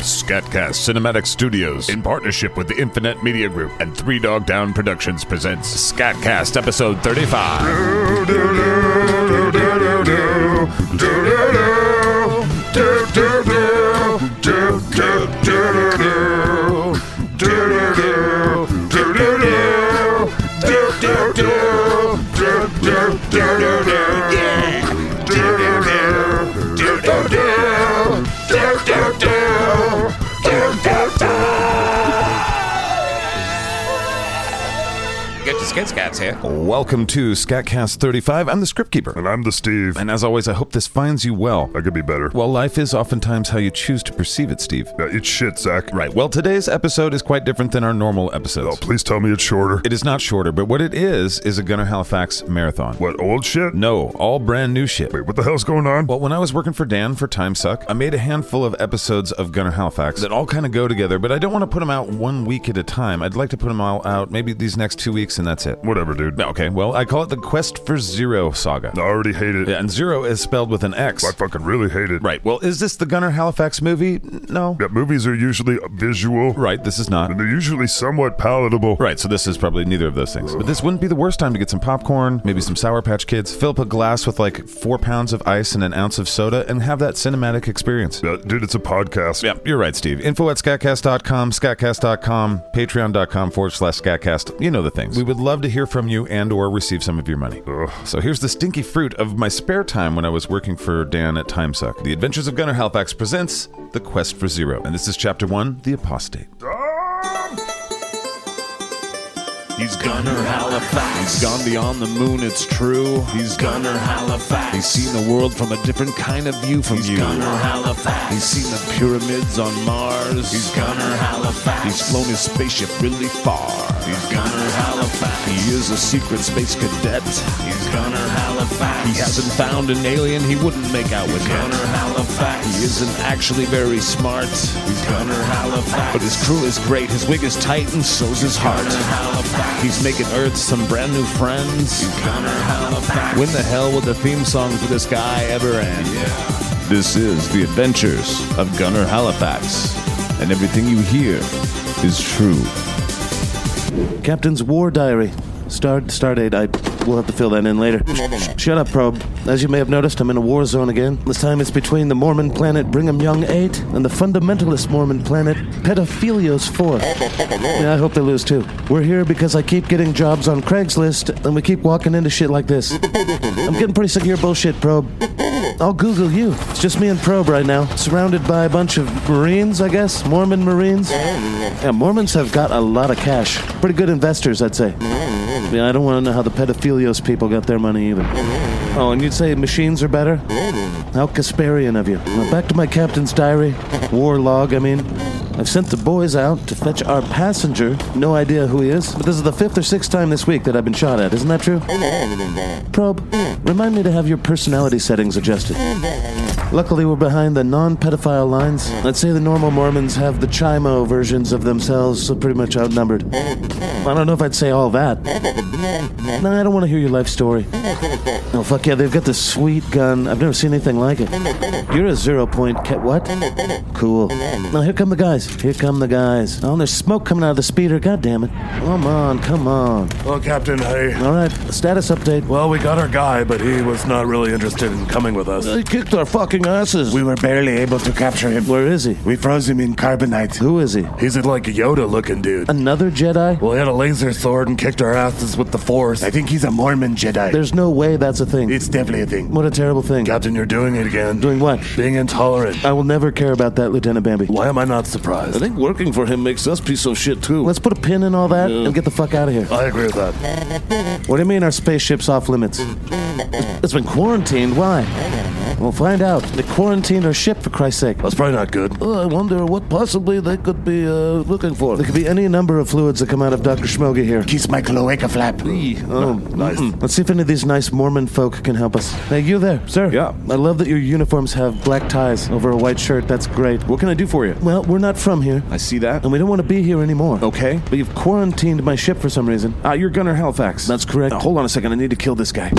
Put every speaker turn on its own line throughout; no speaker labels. Scatcast Cinematic Studios, in partnership with the Infinite Media Group and Three Dog Down Productions, presents Scatcast Episode 35.
Get your skid scats here.
Welcome to Scatcast 35. I'm the script keeper.
And I'm the Steve.
And as always, I hope this finds you well.
I could be better.
Well, life is oftentimes how you choose to perceive it, Steve.
Yeah, it's shit, Zach.
Right. Well, today's episode is quite different than our normal
Oh,
episodes.
please tell me it's shorter.
It is not shorter, but what it is is a Gunner Halifax marathon.
What, old shit?
No, all brand new shit.
Wait, what the hell's going on?
Well, when I was working for Dan for Timesuck, I made a handful of episodes of Gunnar Halifax that all kind of go together, but I don't want to put them out one week at a time. I'd like to put them all out maybe these next two weeks, and that's it.
Whatever, dude.
Okay, well, I call it the Quest for Zero saga.
I already hate it.
Yeah, and zero is spelled with an X.
I fucking really hate it.
Right. Well, is this the Gunnar Halifax movie? No.
Yeah, movies are usually visual,
Right, this is not.
and they're usually somewhat palatable.
Right, so this is probably neither of those things. But this wouldn't be the worst time to get some popcorn, maybe some Sour Patch Kids, fill up a glass with like four pounds of ice and an ounce of soda, and have that cinematic experience.
Yeah, dude, it's a podcast.
Yeah, you're right, Steve. Info at scatcast.com, scatcast.com, patreon.com forward slash scatcast. You know the things. We would love to hear from you and or receive some of your money.
Ugh.
So here's the stinky fruit of my spare time when I was working for Dan at Timesuck. The Adventures of Gunnar Halifax presents The Quest for Zero. And this is chapter one, The Apostate.
Ah!
He's Gunner Halifax. He's gone beyond the moon, it's true. He's Gunner Halifax. He's seen the world from a different kind of view from you. Gunner Halifax. He's seen the pyramids on Mars. He's Gunner Halifax. He's flown his spaceship really far. He's Gunner Halifax. He is a secret space cadet. He's Gunner Halifax. He hasn't found an alien he wouldn't make out with Gunner Halifax. He isn't actually very smart. He's Gunner Halifax. But his crew is great. His wig is tight and so's his heart. He's making Earth some brand new friends. When the hell will the theme song for this guy ever end? This is the adventures of Gunner Halifax, and everything you hear is true.
Captain's War Diary. Star Stardate, I will have to fill that in later. Shut up, Probe. As you may have noticed, I'm in a war zone again. This time it's between the Mormon planet Brigham Young 8 and the fundamentalist Mormon planet Pedophilios 4. Yeah, I hope they lose too. We're here because I keep getting jobs on Craigslist and we keep walking into shit like this. I'm getting pretty sick of your bullshit, Probe. I'll Google you. It's just me and Probe right now, surrounded by a bunch of Marines, I guess. Mormon Marines. Yeah, Mormons have got a lot of cash. Pretty good investors, I'd say. Yeah, I don't want to know how the pedophilios people got their money either. Oh, and you'd say machines are better? How Casparian of you. Now back to my captain's diary. War log, I mean. I've sent the boys out to fetch our passenger. No idea who he is, but this is the fifth or sixth time this week that I've been shot at. Isn't that true? Probe, remind me to have your personality settings adjusted. Luckily, we're behind the non pedophile lines. I'd say the normal Mormons have the Chimo versions of themselves, so pretty much outnumbered. I don't know if I'd say all that. No, I don't want to hear your life story. No, fuck yeah, they've got this sweet gun. I've never seen anything like it. You're a zero point ca- what? Cool. Now here come the guys. Here come the guys. Oh, and there's smoke coming out of the speeder. God damn it. Come on, come on.
Well, Captain, hey.
All right, status update.
Well, we got our guy, but he was not really interested in coming with us.
They kicked our fucking asses.
We were barely able to capture him.
Where is he?
We froze him in carbonite.
Who is he?
He's a, like a Yoda looking dude.
Another Jedi?
Well, he had a laser sword and kicked our asses with the Force.
I think he's a Mormon Jedi.
There's no way that's a thing.
It's definitely a thing.
what a terrible thing.
Captain, you're doing it again.
Doing what?
Being intolerant.
I will never care about that, Lieutenant Bambi.
Why am I not surprised?
think working for him makes us piece of shit too.
Let's put a pin in all that and get the fuck out of here.
I agree with that.
What do you mean our spaceship's off limits? It's been quarantined. Why? We'll find out. They quarantined our ship, for Christ's sake. Oh,
That's probably not good.
I wonder what possibly they could be uh, looking for. There could be any number of fluids that come out of Dr. Schmoge here.
Kiss my cloaca flap.
Oh, nice. Let's see if any of these nice Mormon folk can help us. Hey, you there, sir?
Yeah.
I love that your uniforms have black ties over a white shirt. That's great.
What can I do for you?
Well, we're not from here,
I see that.
and we don't want to be here anymore.
Okay.
But you've quarantined my ship for some reason.
Ah, you're Gunner Halifax.
That's correct.
Now, hold on a second. I need to kill this guy.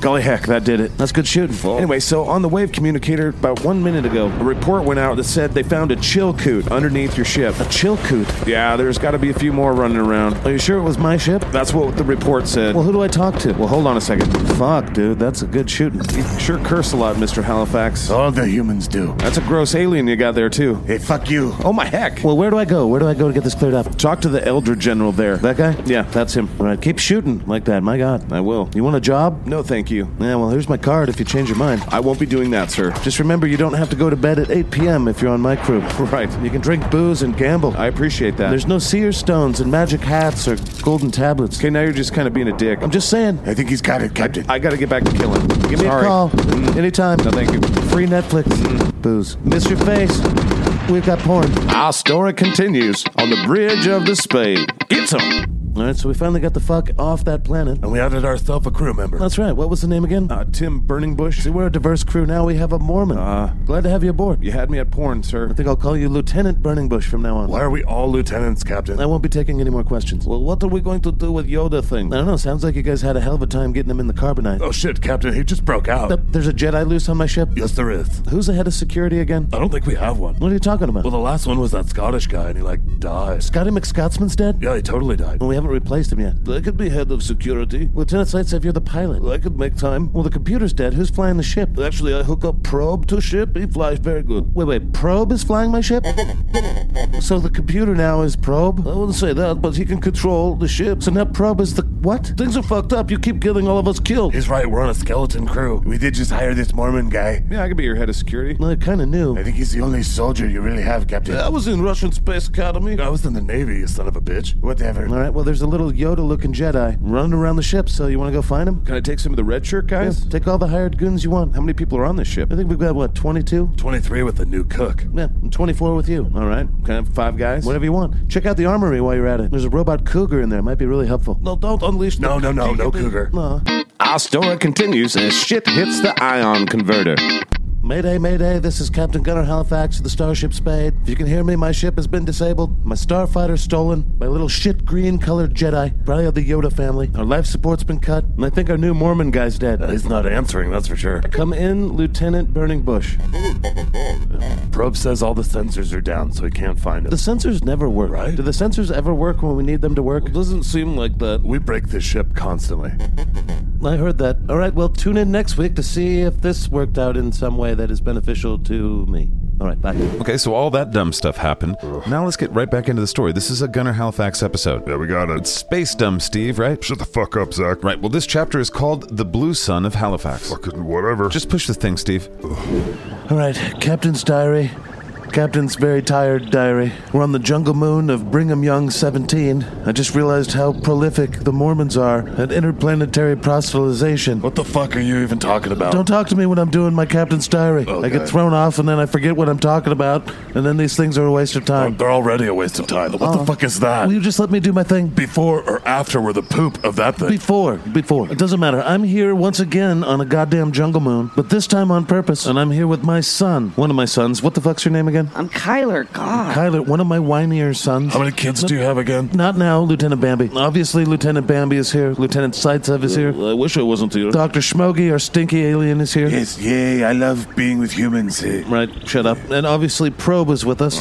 Golly heck, that did it.
That's good shooting.
Anyway, so on the wave communicator, about one minute ago, a report went out that said they found a chilcoot underneath your ship.
a chilcoot.
Yeah, there's got to be a few more running around.
Are you sure it was my ship?
That's what the report said.
Well, who do I talk to?
well, hold on a second.
Fuck, dude, that's a good shooting.
You sure curse a lot, Mr. Halifax.
All the humans do.
That's a gross alien you got there, too.
Hey, fuck you.
Oh, my heck.
Well, where do I go? Where do I go to get this cleared up?
Talk to the Elder General there.
That guy?
Yeah, that's him.
All right, keep shooting like that. My God.
I will.
You want a job?
No, thank you.
Yeah, well, here's my card if you change your mind.
I won't be doing that, sir.
Just remember you don't have to go to bed at 8 p.m. if you're on my crew.
Right.
You can drink booze and gamble.
I appreciate that.
There's no seer stones and magic hats or golden tablets.
okay, now you're just kind of being a dick.
I'm just saying.
I think he's got it, Captain.
I got to get back to killing. Give me
Give me a
Sorry. Mm.
call. Anytime.
No, thank you. Mm.
Free Netflix. Booze. Miss your face. We've got porn.
Our story continues on the bridge of the spade. Get some.
All right, so we finally got the fuck off that planet.
And we added ourselves a crew member.
That's right. What was the name again?
Uh, Tim Burning Bush,
See, we're a diverse crew now. We have a Mormon. Glad to have you aboard.
you had me at porn, sir.
I think I'll call you Lieutenant Burning Bush from now on.
Why are we all lieutenants, Captain?
I won't be taking any more questions. Well, what are we going to do with Yoda thing? I don't know. Sounds like you guys had a hell of a time getting him in the carbonite.
Oh shit, Captain, he just broke out.
Uh, There's a Jedi loose on my ship.
Yes, there is.
Who's the head of security again?
I don't think we have one.
What are you talking about?
Well, the last one was that Scottish guy, and he like died.
Scotty McScotsman's dead?
Yeah, he totally died.
And we haven't replaced him yet.
I could be head of security.
Lieutenant Sightsev, you're the pilot.
I could make time.
Well, the computer's dead. Who's flying the ship?
Actually, I hook up probe to ship. He flies very good.
Wait, wait, Probe is flying my ship? So the computer now is Probe?
I wouldn't say that, but he can control the ship.
So now Probe is the what?
Things are fucked up. You keep getting all of us killed. He's right. We're on a skeleton crew.
We did just hire this Mormon guy.
Yeah, I could be your head of security.
Well, they're kind of new.
I think he's the only soldier you really have, Captain.
I was in Russian Space Academy. I was in the Navy, you son of a bitch.
Whatever.
All right, well, there's a little Yoda looking Jedi running around the ship, so you want to go find him?
Can I take some of the red shirt guys?
Take all the hired goons you want.
How many people are on this ship?
I think we've got, what, 22?
23 with the new cook.
Yeah, and 24 with you.
All right. Can I have five guys?
Whatever you want. Check out the armory while you're at it. There's a robot cougar in there. It might be really helpful.
No, don't unleash. No, no, no, no, cougar.
No.
Our story continues as shit hits the ion converter.
Mayday, Mayday, this is Captain Gunnar Halifax of the Starship Spade. If you can hear me, my ship has been disabled, my starfighter stolen, my little shit green colored Jedi, probably of the Yoda family. Our life support's been cut, and I think our new Mormon guy's dead.
He's not answering. That's for sure.
Come in, Lieutenant Burning Bush.
Probe says all the sensors are down, so he can't find
The
us.
sensors never work.
Right.
Do the sensors ever work when we need them to work?
doesn't seem like that. We break this ship constantly.
I heard that. All right, well, tune in next week to see if this worked out in some way that is beneficial to me. All right, bye.
Okay, so all that dumb stuff happened. Now let's get right back into the story. This is a Gunnar Halifax episode.
Yeah, we got it.
Space dumb, Steve, right?
Shut the fuck up, Zach.
Right, well, this chapter is called The Blue Sun of Halifax.
Fucking whatever.
Just push the thing, Steve.
All right, Captain's Diary. Captain's very tired diary. We're on the jungle moon of Brigham Young 17. I just realized how prolific the Mormons are at interplanetary proselytization.
What the fuck are you even talking about?
Don't talk to me when I'm doing my captain's diary. I
Okay.
get thrown off and then I forget what I'm talking about, and then these things are a waste of
Oh,
time.
They're already a waste of time. Uh, What the fuck is that?
Will you just let me do my thing?
Before or after we're the poop of that thing.
Before, before. It doesn't matter. I'm here once again on a goddamn jungle moon, but this time on purpose, and I'm here with my son. One of my sons. What the fuck's your name again?
I'm Kyler. God.
Kyler, one of my whinier sons.
How many kids do you have again?
Not now, Lieutenant Bambi. Obviously, Lieutenant Bambi is here. Lieutenant Sightsev is here.
I wish I wasn't here.
Dr. Schmogi, our stinky alien, is here.
Yes, yay, I love being with humans. eh.
Right, shut up. And obviously, Probe is with us.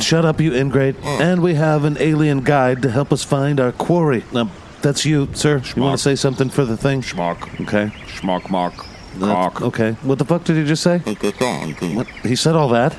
Shut up, you ingrate. And we have an alien guide to help us find our quarry. Now, that's you, sir. You want to say something for the thing?
Schmock.
Okay.
Schmock mock.
That's- Okay. What the fuck did he just say? What? He said all that?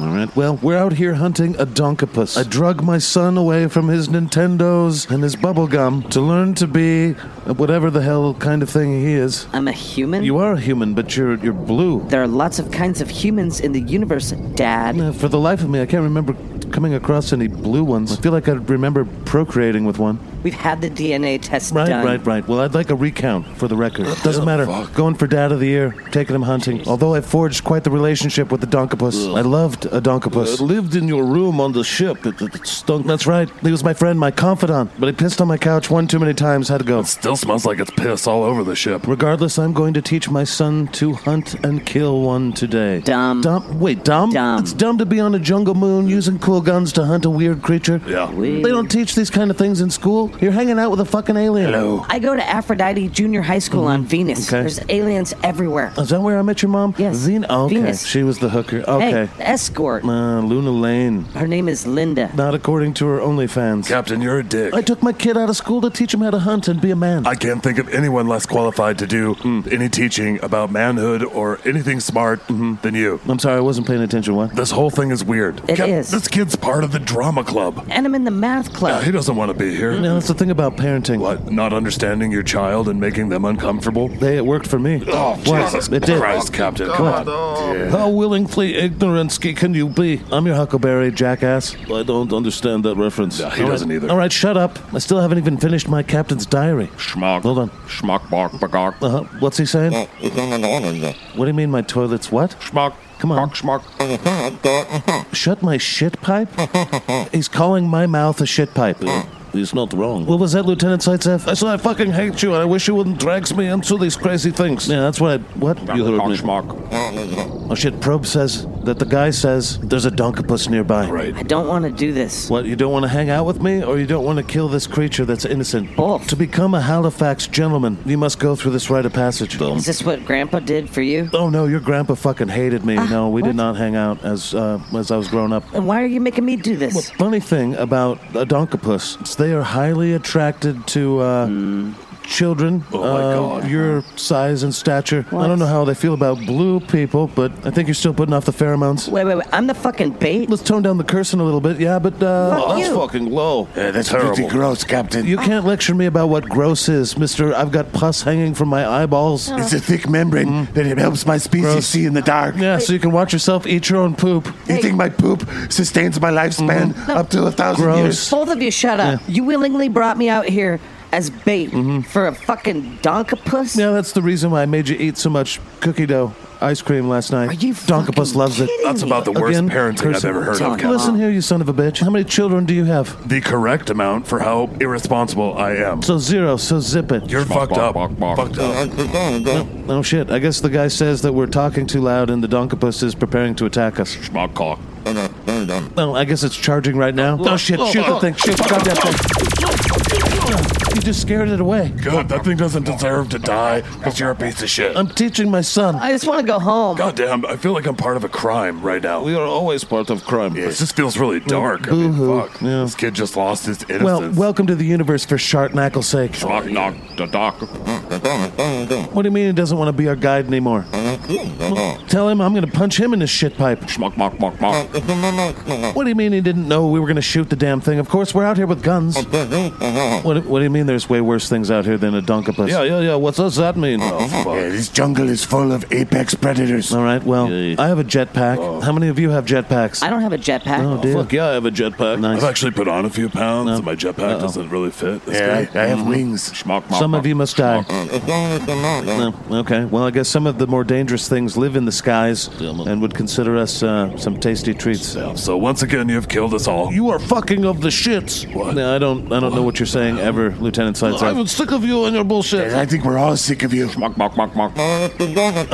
All right. Well, we're out here hunting a donkopus. I drug my son away from his Nintendos and his bubblegum to learn to be whatever the hell kind of thing he is.
I'm a human.
You are a human, but you're you're blue.
there are lots of kinds of humans in the universe, Dad.
Uh, For the life of me, I can't remember coming across any blue ones. I feel like I remember procreating with one.
We've had the DNA test
Right,
done.
right, right. Well, I'd like a recount for the record. Doesn't matter. Going for dad of the year, taking him hunting. Although I forged quite the relationship with the donkopus. I loved a donkopus. Uh, lived in your room on the ship. It, stunk. That's right. He was my friend, my confidant. But he pissed on my couch one too many times. Had to go.
Still smells like it's piss all over the ship.
Regardless, I'm going to teach my son to hunt and kill one today.
Dumb.
Dumb. Wait, dumb?
Dumb.
It's dumb to be on a jungle moon using cool guns to hunt a weird creature.
Yeah.
They don't teach these kind of things in school. You're hanging out with a fucking alien.
Hello.
I go to Aphrodite Junior High School on Venus.
Mm-hmm. Okay. Uh,
There's aliens everywhere.
Is that where I met your mom?
Yes.
Zena. Okay.
Venus.
She was the hooker. Okay.
Hey, escort.
Uh, Luna Lane.
Her name is Linda.
Not according to her OnlyFans.
Captain, you're a dick.
I took my kid out of school to teach him how to hunt and be a man.
I can't think of anyone less qualified to do any teaching about manhood or anything smart than you.
I'm sorry, I wasn't paying attention. What?
This whole thing is weird.
It
It is.
is.
This kid's part of the drama club.
And I'm in the math
Uh,
club.
he doesn't want to be here.
Now, that's the thing about parenting.
What? Not understanding your child and making them uncomfortable?
Hey, it worked for me.
Oh,
What?
Jesus
It did.
Christ, Captain. Come on.
How willingly ignorant can you be? I'm your huckleberry, jackass. I don't understand that reference.
Yeah, he doesn't either.
All right, shut up. I still haven't even finished my captain's diary.
Schmuck.
Hold on.
Schmuck bark bagok.
Uh huh. What's he saying? What do you mean my toilet's what?
Schmuck.
Come on.
Schmuck. schmuck.
Shut my shit pipe? He's calling my mouth a shit pipe. He's not wrong. What was that, Lieutenant Sightseff? I said I fucking hate you and I wish you wouldn't drag me into these crazy things. Yeah, that's what I... What? You heard me.
Schmuck.
Oh shit, Probe says that the guy says there's a donkopus nearby.
Right.
I don't want to do this.
What, you don't want to hang out with me, or you don't want to kill this creature that's innocent?
Both.
To become a Halifax gentleman, you must go through this rite of passage.
Is this what Grandpa did for you?
Oh no, your grandpa fucking hated
Uh,
me. no, we did not hang out as uh, as I was growing up.
And why are you making me do this?
Funny thing about a donkopus, is they are highly attracted to uh, children
Hmm. Oh, my
uh,
God.
your size and stature. I don't know how they feel about blue people, but I think you're still putting off the pheromones.
Wait, wait, wait. I'm the fucking bait.
Let's tone down the cursing a little bit, yeah, but uh,
Fuck you.
fucking low.
Uh, that's pretty gross, Captain.
you can't lecture me about what gross is, mister. I've got pus hanging from my eyeballs.
Oh.
it's a thick membrane that it helps my species
Gross.
see in the dark.
Yeah, so you can watch yourself eat your own poop.
You think my poop sustains my lifespan up to a thousand
Gross.
years?
Both of you, shut up. You willingly brought me out here as bait
Mm-hmm.
for a fucking donkopus.
Yeah, that's the reason why I made you eat so much cookie dough ice cream last night.
Are you
Donkopus
fucking
loves it.
kidding
That's about the worst
Again,
parenting
cursing.
I've ever heard
Don't
of.
Okay.
Listen here, you son of a bitch. How many children do you have?
The correct amount for how irresponsible I am.
So zero, so zip it.
You're fucked
bark,
up. Uh,
bark, bark.
Fucked up.
oh shit, I guess the guy says that we're talking too loud and the Donkopus is preparing to attack us.
Schmuck cock.
Oh, I guess it's charging right now. Oh shit, shoot the thing, shoot the goddamn thing. You just scared it away.
Good. That thing doesn't deserve to die because you're a piece of shit.
I'm teaching my son.
I just want to go home.
Goddamn, I feel like I'm part of a crime right now.
are always part of crime.
This just feels really dark. I mean,
boo-hoo.
fuck.
Yeah.
This kid just lost his innocence.
Well, welcome to the universe for Shart Knackle's sake.
Knock, knock, the dock.
What do you mean he doesn't want to be our guide anymore? Well, Tell him I'm going to punch him in his shit pipe.
Schmuck, mock, mock, mock.
What do you mean he didn't know we were going to shoot the damn thing? Of course, we're out here with guns. What, what do you mean there's way worse things out here than a donkopus? Yeah, yeah, yeah. What does that mean?
Oh,
Yeah, this jungle is full of apex predators.
All right, well, I have a jetpack. How many of you have jetpacks?
I don't have a jetpack.
Oh, dear.
yeah, I have a jetpack.
Nice.
I've actually put on a few pounds, and my jetpack doesn't really fit. Mm-hmm. That's
Yeah,
great.
I, I have wings.
Schmuck, mock,
Some
mock.
of you must die. No, okay, well, I guess some of the more dangerous things live in the skies and would consider us uh, some tasty treats.
So once again, you've killed us all.
You are fucking of the shits.
What?
No, I don't. I don't know what you're saying ever, Lieutenant Sideside.
I'm sick of you and your bullshit.
And I think we're all sick of you.
Mock, mock, mock, mock.
All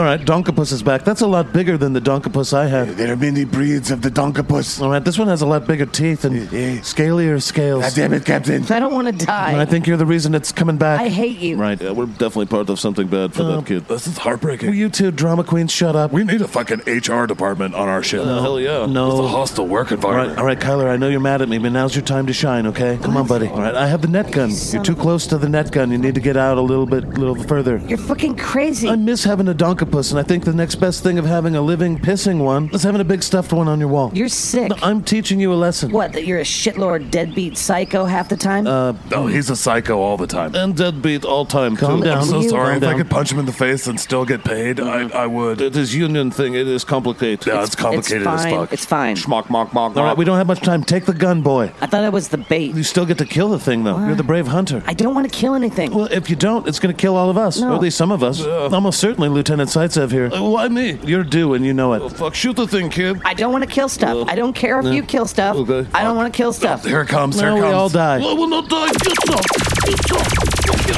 right, Donkopus is back. That's a lot bigger than the Donkopus I had.
There are many breeds of the donkopus.
All right, this one has a lot bigger teeth and
Yeah, yeah.
scalier scales.
God damn it, Captain.
I don't want to
And I
die.
think you're the reason it's coming back.
I hate you.
Right.
we're definitely part of something bad for
that
kid. This is heartbreaking.
Will
We,
you two drama queens shut up?
need a fucking HR department on our ship. hell yeah.
Uh, No.
It's a hostile work
all right,
environment.
all right, Kyler. I know you're mad at me, but now's your time to shine. Okay, come on, buddy. All right, I have the net gun. You're too close to the net gun. You need to get out a little bit, little further.
You're fucking crazy.
I miss having a donkopus, and I think the next best thing of having a living pissing one is having a big stuffed one on your wall.
You're sick.
No, I'm teaching you a lesson.
what, that you're a shitlord deadbeat psycho half the time?
Uh,
Oh, he's a psycho all the time.
And deadbeat all time. Calm
too.
down.
I'm so
You-
sorry.
Calm
If I
down.
could punch him in the face and still get paid, I, I would.
Th- This union thing, it is complicated.
Yeah, it's complicated
it's
as
fine.
fuck.
It's fine.
Schmuck, mock, mock,
All right,
mock.
we don't have much time. Take the gun, boy.
I thought it was the bait.
You still get to kill the thing, though. You're the brave hunter.
I don't want to kill anything.
Well, if you don't, it's going to kill all of us.
No.
Or at least some of us. Almost certainly Lieutenant Sightsev here. Uh, why me? You're due and you know it. fuck, shoot the thing, kid.
I don't want to kill stuff. I don't care if you kill stuff.
Okay.
I don't want to kill stuff.
Here it comes. Here
No,
it
we
comes.
all die.
I will not die. Get up. Get up.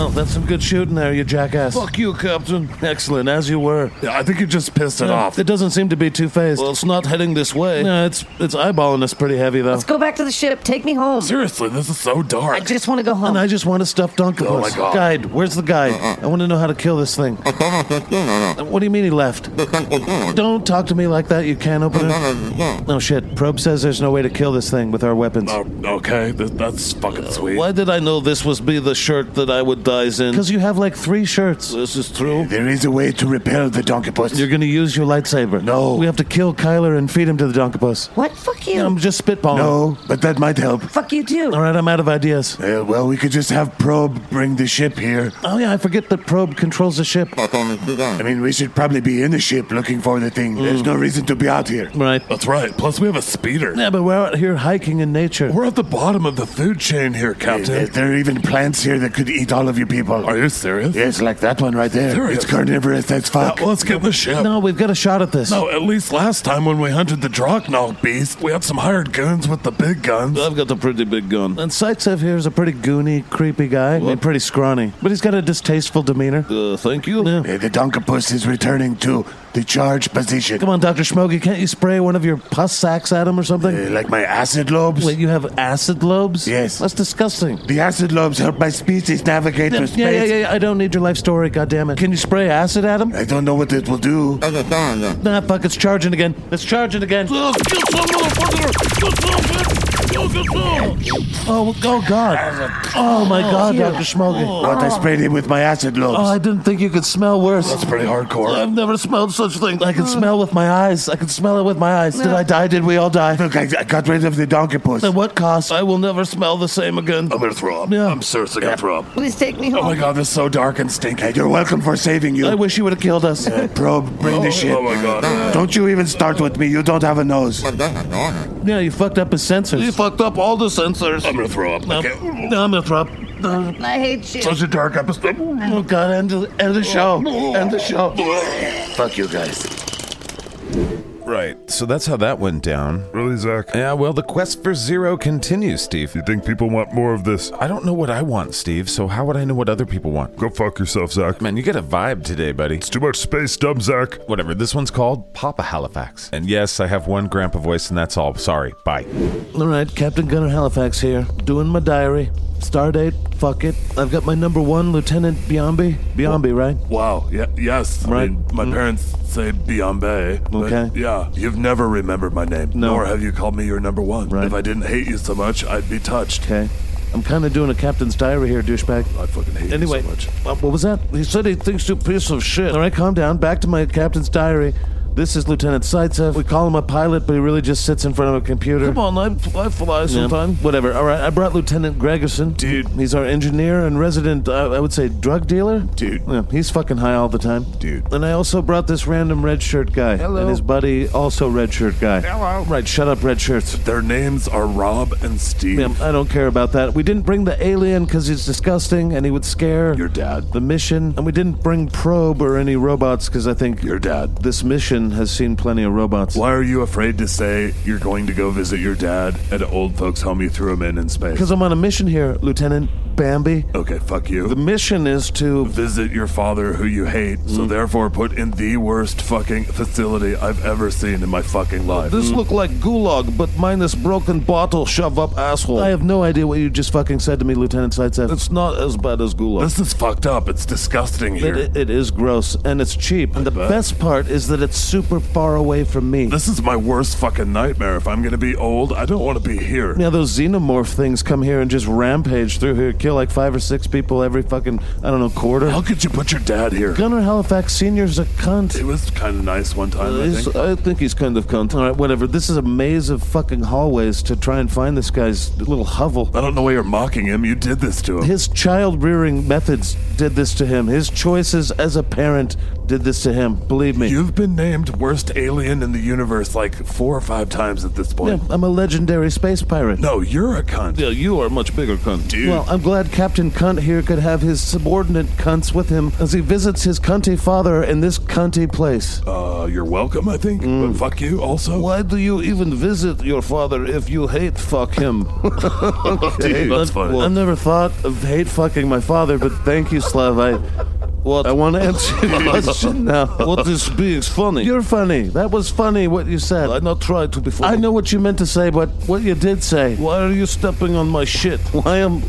Oh, that's some good shooting there, you jackass.
Fuck you, Captain.
Excellent, as you were.
Yeah, I think you just pissed it off.
It doesn't seem to be two phased. Well, it's not heading this way. No, it's it's eyeballing us pretty heavy though.
Let's go back to the ship. Take me home.
Seriously, this is so
I
dark.
just want to go home.
And I just want a stuffed octopus.
Oh, my God.
Guide, where's the guide? I want to know how to kill this thing. what do you mean he left? Don't talk to me like that, you can opener. Oh shit, Probe says there's no way to kill this thing with our weapons.
Oh, okay, th- that's fucking sweet.
Why did I know this was be the shirt that I would dies in? Because you have like three shirts. This is true.
There is a way to repel the donkey puss.
You're gonna use your lightsaber.
No.
We have to kill Kyler and feed him to the donkopus.
what? Fuck you.
I'm just spitballing.
No, but that might help.
Fuck you too.
All right, I'm out of ideas.
Uh, well, we could just have Probe bring the ship here.
Oh yeah, I forget that probe controls the ship.
I mean, we should probably be in the ship looking for the thing. There's no reason to be out here.
Right.
That's right. Plus, we have a speeder.
Yeah, but we're out here hiking in nature.
We're at the bottom of the food chain here,
There,
Captain.
there are even plants here that could eat all of you people.
Are you serious?
Yes, like that one right there.
There it
it's
is.
carnivorous as
Uh,
fuck.
let's get in the ship.
No, we've got a shot at this.
No, at least last time when we hunted the Drachnog beast, we had some hired goons with the big guns.
I've got the pretty big gun. And Sightsev here is a pretty goony, creepy guy. I mean, pretty scrawny. But he's got a distasteful demeanor. Uh, thank you.
Uh, the donkapus is returning to the charge position.
Come on, Dr. Smoggy, can't you spray one of your pus sacks at him or something?
Uh, like my acid lobes?
Wait, you have acid lobes?
Yes.
That's disgusting.
The acid lobes help my species navigate
Yeah,
through
yeah,
space.
yeah, yeah, I don't need your life story, goddammit. Can you spray acid at him?
I don't know what it will do.
Nah, fuck, it's charging again. It's charging again.
Uh, Get some, motherfucker! Get some, bitch! Go get some!
Oh, oh, God. Oh, my God, Dr. Smoggy.
But I sprayed it with my acid
Oh, I
lobes.
didn't think you could smell worse.
That's pretty hardcore.
I've never smelled such thing. I can smell with my eyes. I can smell it with my eyes. Did I die? Did we all die?
Look, I, I got rid of the
At
donkapus.
what cost? I will never smell the same again.
I'm gonna throw up.
Yeah.
I'm seriously gonna throw up.
Please take me home.
Oh my god, this is so dark and stinky.
Uh, you're welcome for saving you.
I wish you would have killed us.
Probe, bring the ship.
Oh my god.
Don't you even start with me. You don't have a nose.
Yeah, you fucked up his sensors. You fucked up all the sensors.
I'm gonna throw up.
No,
Okay.
no, I'm gonna throw up. Uh,
I hate you.
Such a dark episode.
Oh god, end, the- end the show. End the show.
Right. So that's how that went down.
Really, Zach?
Yeah, well, the quest for zero continues, Steve.
You think people want more of this?
I don't know what I want, Steve, so how would I know what other people want?
Go fuck yourself, Zach.
Man, you get a vibe today, buddy.
It's too much space, dumb Zach.
Whatever, this one's called Papa Halifax. And yes, I have one grandpa voice, and that's all. Sorry. Bye.
All right, Captain Gunner Halifax here, doing my diary. Stardate, fuck it. I've got my number one, Lieutenant Biombi. Biombi, right?
Wow. Yeah. Yes. I
Right.
mean, my parents say Biombe. but
Okay.
Yeah. You've never remembered my name.
No.
Nor have you called me your number one.
Right.
If I didn't hate you so much, I'd be touched.
Okay. I'm kind of doing a captain's diary here, douchebag.
I fucking hate
Anyway,
you so much.
uh, what was that? He said he thinks you a piece of shit. All right, calm down. Back to my captain's diary. This is Lieutenant Saitsev. We call him a pilot, but he really just sits in front of a computer. Come on, I, I fly sometime. Whatever. All right, I brought Lieutenant Gregerson.
Dude.
He's our engineer and resident, uh, I, I would say, drug dealer?
Dude.
Yeah, he's fucking high all the time.
Dude.
And I also brought this random red shirt guy. Hello. And his buddy, also red shirt guy. Hello. Right, shut up, red shirts.
Their names are Rob and Steve.
Ma'am, I don't care about that. We didn't bring the alien because he's disgusting and he would scare
Your dad.
the mission, and we didn't bring probe or any robots because I think
Your dad.
this mission has seen plenty of robots.
Why are you afraid to say you're going to go visit your dad at an old folks' home you threw him in in space?
Because I'm on a mission here, Lieutenant Bambi.
Okay, fuck you.
The mission is to.
visit your father who you hate, so
Mm.
therefore put in the worst fucking facility I've ever seen in my fucking life.
This look like gulag, but minus broken bottle, shove up asshole. I have no idea what you just fucking said to me, Lieutenant Saitsev. It's not as bad as gulag.
This is fucked up. It's disgusting here.
It- it is gross and it's cheap. And the
bet.
best part is that it's super far away from me.
This is my worst fucking nightmare. If I'm gonna be old, I don't want to be here.
Now those xenomorph things come here and just rampage through here, kill like five or six people every fucking I don't know quarter.
How could you put your dad here?
Gunnar Halifax Senior's a cunt.
It was kind of nice one time. I
He's-
think.
I think he's kind of cunt. All right, whatever. This is a maze of fucking hallways to try and find this guy's little hovel.
I don't know why you're mocking him. You did this to him.
His child rearing methods did this to him. His choices as a parent did this to him. Believe me.
You've been named worst alien in the universe like four or five times at this
Yeah,
point.
I'm a legendary space pirate.
No, you're a cunt.
Yeah, you are a much bigger cunt, dude.
Well, I'm glad Captain Cunt here could have his subordinate cunts with him as he visits his cunty father in this cunty place.
Uh, you're welcome, I think.
Mm.
But fuck you also.
Why do you even visit your father if you hate fuck him?
Dude, that's funny.
I never thought of hate fucking my father, but thank you, Slav. I, what? I want to answer your question now. What is being funny? You're funny. That was funny what you said. I not tried to be funny. I know what you meant to say, but what you did say. Why are you stepping on my shit? Why am?